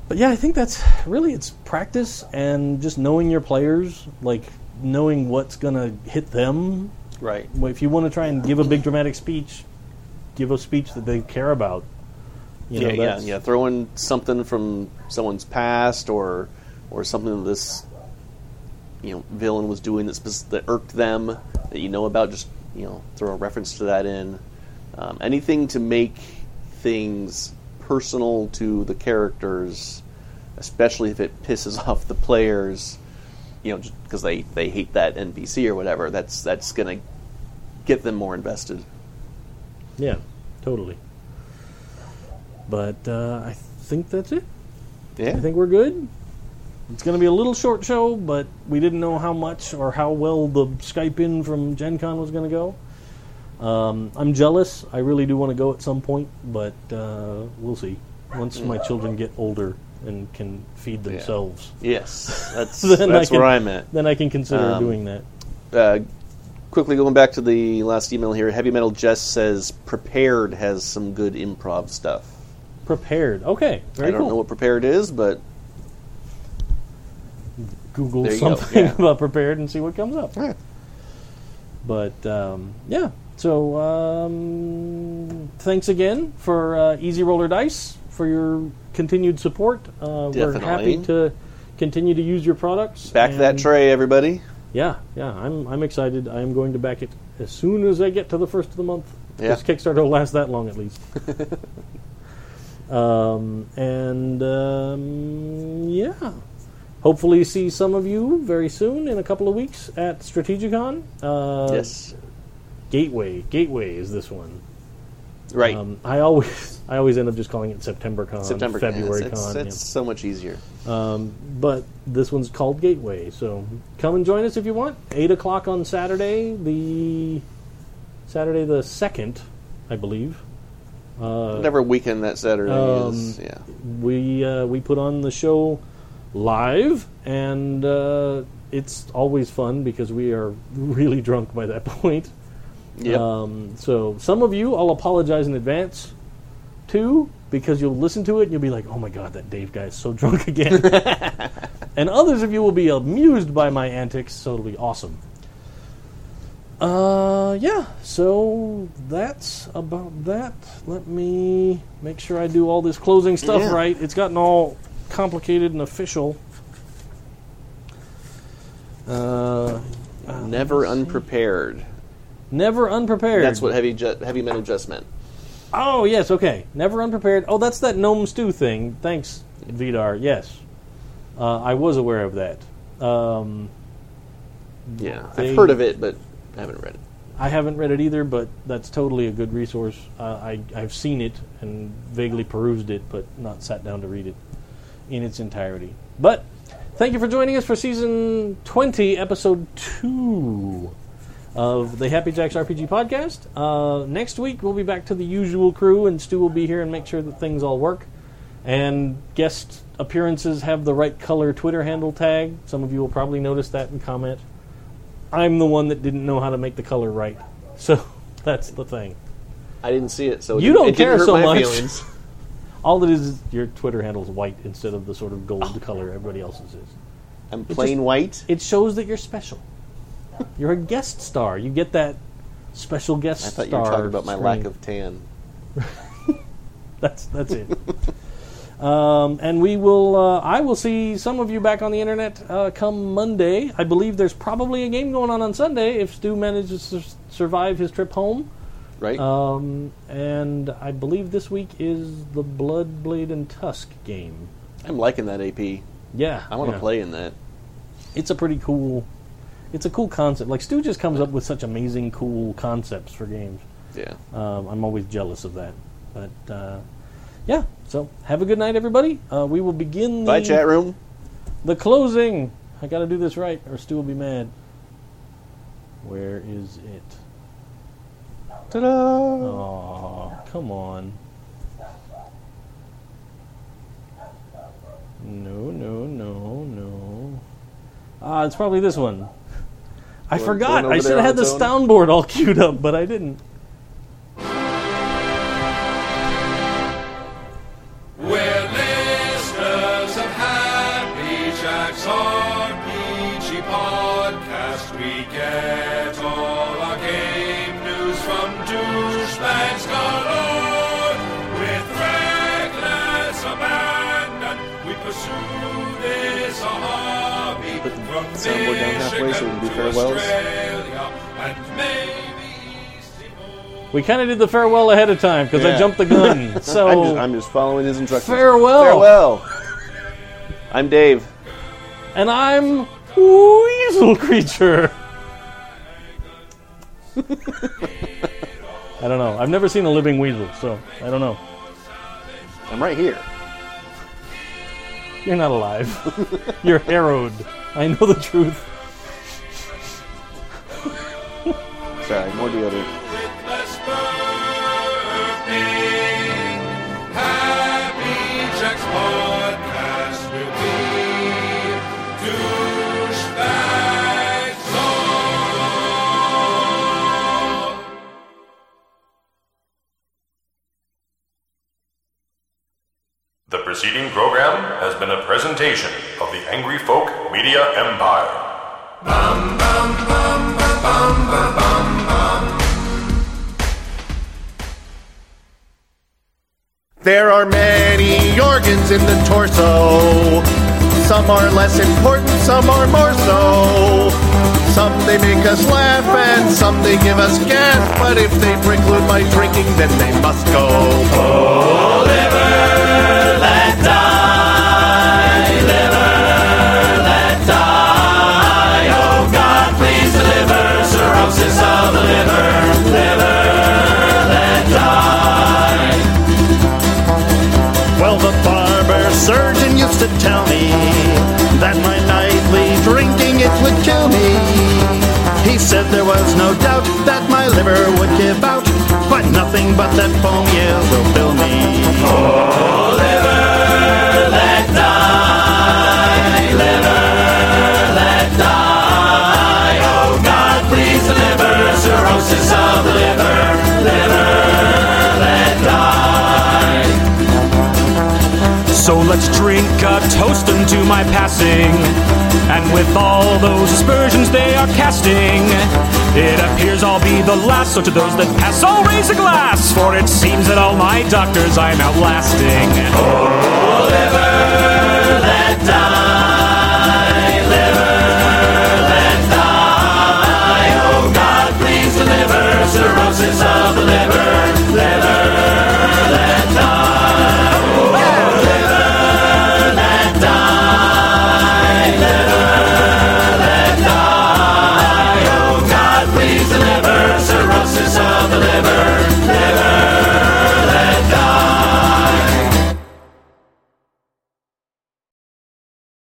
S2: but yeah, I think that's really it's practice and just knowing your players, like knowing what's gonna hit them.
S3: Right.
S2: Well, If you want to try and give a big dramatic speech, give a speech that they care about. You know,
S3: yeah, yeah,
S2: that's-
S3: yeah. Throw in something from someone's past, or or something that this you know villain was doing that, spec- that irked them that you know about. Just you know, throw a reference to that in. Um, anything to make things personal to the characters, especially if it pisses off the players. You know, because they they hate that NPC or whatever. That's that's gonna get them more invested.
S2: Yeah, totally. But uh, I think that's it.
S3: Yeah.
S2: I think we're good. It's going to be a little short show, but we didn't know how much or how well the Skype in from Gen Con was going to go. Um, I'm jealous. I really do want to go at some point, but uh, we'll see. Once my children get older and can feed themselves,
S3: Yes, that's
S2: Then I
S3: that's where
S2: can-
S3: I'm at.
S2: then I can consider
S3: Um,
S2: doing that.
S3: Uh, quickly going back to the last email here, Heavy Metal Jess says Prepared has some good improv stuff.
S2: Prepared. Okay. Very
S3: I don't
S2: cool.
S3: know what Prepared is, but
S2: Google
S3: There you go,
S2: something
S3: yeah.
S2: about prepared and see what comes up. But um, yeah, so um, thanks again for uh, Easy Roller Dice for your continued support. Uh, we're
S3: Definitely.
S2: happy to continue to use your products.
S3: back that
S2: and-
S3: tray, everybody.
S2: Yeah, yeah, I'm I'm excited. I am going to back it as soon as I get to the first of the month.
S3: Yeah.
S2: This Kickstarter will last that long at least. um, and um, yeah, hopefully see some of you very soon in a couple of weeks at Strategicon. Uh,
S3: yes,
S2: Gateway. Gateway is this one.
S3: right.
S2: Um, I always I always end up just calling it September Con,
S3: September,
S2: February
S3: It's, it's,
S2: Con.
S3: it's so much easier.
S2: yeah. Um, but this one's called Gateway. So come and join us if you want. Eight o'clock on Saturday, the Saturday the second, I believe. Uh,
S3: Whatever weekend that Saturday
S2: um,
S3: is, yeah.
S2: we uh, we put on the show live, and uh, it's always fun because we are really drunk by that point.
S3: Yep.
S2: Um, so some of you, I'll apologize in advance to because you'll listen to it and you'll be like, "Oh my god, that Dave guy is so drunk again," and others of you will be amused by my antics, so it'll be awesome. Uh, yeah. So that's about that. Let me make sure I do all this closing stuff
S3: Yeah.
S2: right. It's gotten all complicated and official. Uh,
S3: Never unprepared.
S2: never unprepared.
S3: That's what heavy Je- heavy metal just meant.
S2: Oh yes, okay. Never unprepared. Oh, that's that gnome stew thing. Thanks, Vidar. Yes, uh, I was aware of that. Um,
S3: Yeah,
S2: they-
S3: I've heard of it, but I haven't read it.
S2: I haven't read it either, but that's totally a good resource. Uh, I I've seen it and vaguely perused it, but not sat down to read it in its entirety. But thank you for joining us for season twenty, episode two of the Happy Jacks RPG podcast. Uh, next week we'll be back to the usual crew, and Stu will be here and make sure that things all work. And guest appearances have the right color Twitter handle tag. Some of you will probably notice that and comment. I'm the one that didn't know how to make the color right. So that's the thing.
S3: I didn't see it, so it
S2: you
S3: didn't-
S2: don't
S3: it didn't
S2: care
S3: hurt
S2: so
S3: my
S2: much.
S3: feelings.
S2: All it is is your Twitter handle's white instead of the sort of gold color everybody else's is.
S3: And
S2: plain
S3: white.
S2: It shows that you're special. You're a guest star. You get that special guest
S3: I
S2: star.
S3: thought you were talking about my lack
S2: screen.
S3: of tan.
S2: That's that's it. um, and we will. Uh, I will see some of you back on the internet uh, come Monday. I believe there's probably a game going on on Sunday if Stu manages to s- survive his trip home.
S3: Right.
S2: Um, and I believe this week is the Blood Blade and Tusk game.
S3: I'm liking that AP.
S2: Yeah,
S3: I want to
S2: yeah.
S3: play in that.
S2: It's a pretty cool. It's a cool concept. Like Stu just comes up with such amazing, cool concepts for games.
S3: Yeah.
S2: Um, I'm always jealous of that. But uh, yeah, so have a good night, everybody. Uh, we will begin. The,
S3: Bye, chat room.
S2: The closing. I got to do this right, or Stu will be mad. Where is it?
S3: Ta-da!
S2: Oh, come on. No, no, no, no. Ah, it's probably this one. I
S3: Going-
S2: forgot.
S3: going over
S2: I should
S3: there
S2: have
S3: on
S2: had the
S3: its own?
S2: soundboard all queued up, but I didn't.
S5: We're listeners of Happy Jack's RPG podcast. We get all our game news from douchebags galore. With reckless abandon, we pursue this hobby
S3: Put the
S5: from
S3: soundboard down halfway so we can do
S5: Michigan to
S3: farewells.
S5: Australia and maybe.
S2: We kind of did the farewell ahead of time because I
S3: Yeah.
S2: jumped the gun. So
S3: I'm, just, I'm just following his instructions.
S2: Farewell.
S3: Farewell. I'm Dave.
S2: and I'm weasel creature. I don't know. I've never seen a living weasel, so I don't know.
S3: I'm right here.
S2: You're not alive. You're harrowed. I know the truth.
S3: Sorry, more deodorant.
S5: Happy Jack's podcast will be douchebags all.
S4: The preceding program has been a presentation of the Angry Folk Media Empire.
S6: There are many organs in the torso. Some are less important, some are more so. Some they make us laugh and some they give us gas. But if they preclude my drinking, then they must go. Oh, liver, let die. Liver, let die. Oh God, please deliver cirrhosis of the liver. Liver, let die. Well, the barber surgeon used to tell me that my nightly drinking it would kill me. He said there was no doubt that my liver would give out, but nothing but that foam yeah will fill me. Oh, liver, let die. Liver, let die. Oh God, please deliver cirrhosis of the liver. Liver, let die.
S7: So let's drink a toast unto my passing. And with all those aspersions they are casting, it appears I'll be the last. So to those that pass, I'll raise a glass, for it seems that all my doctors I'm outlasting.
S5: Liver,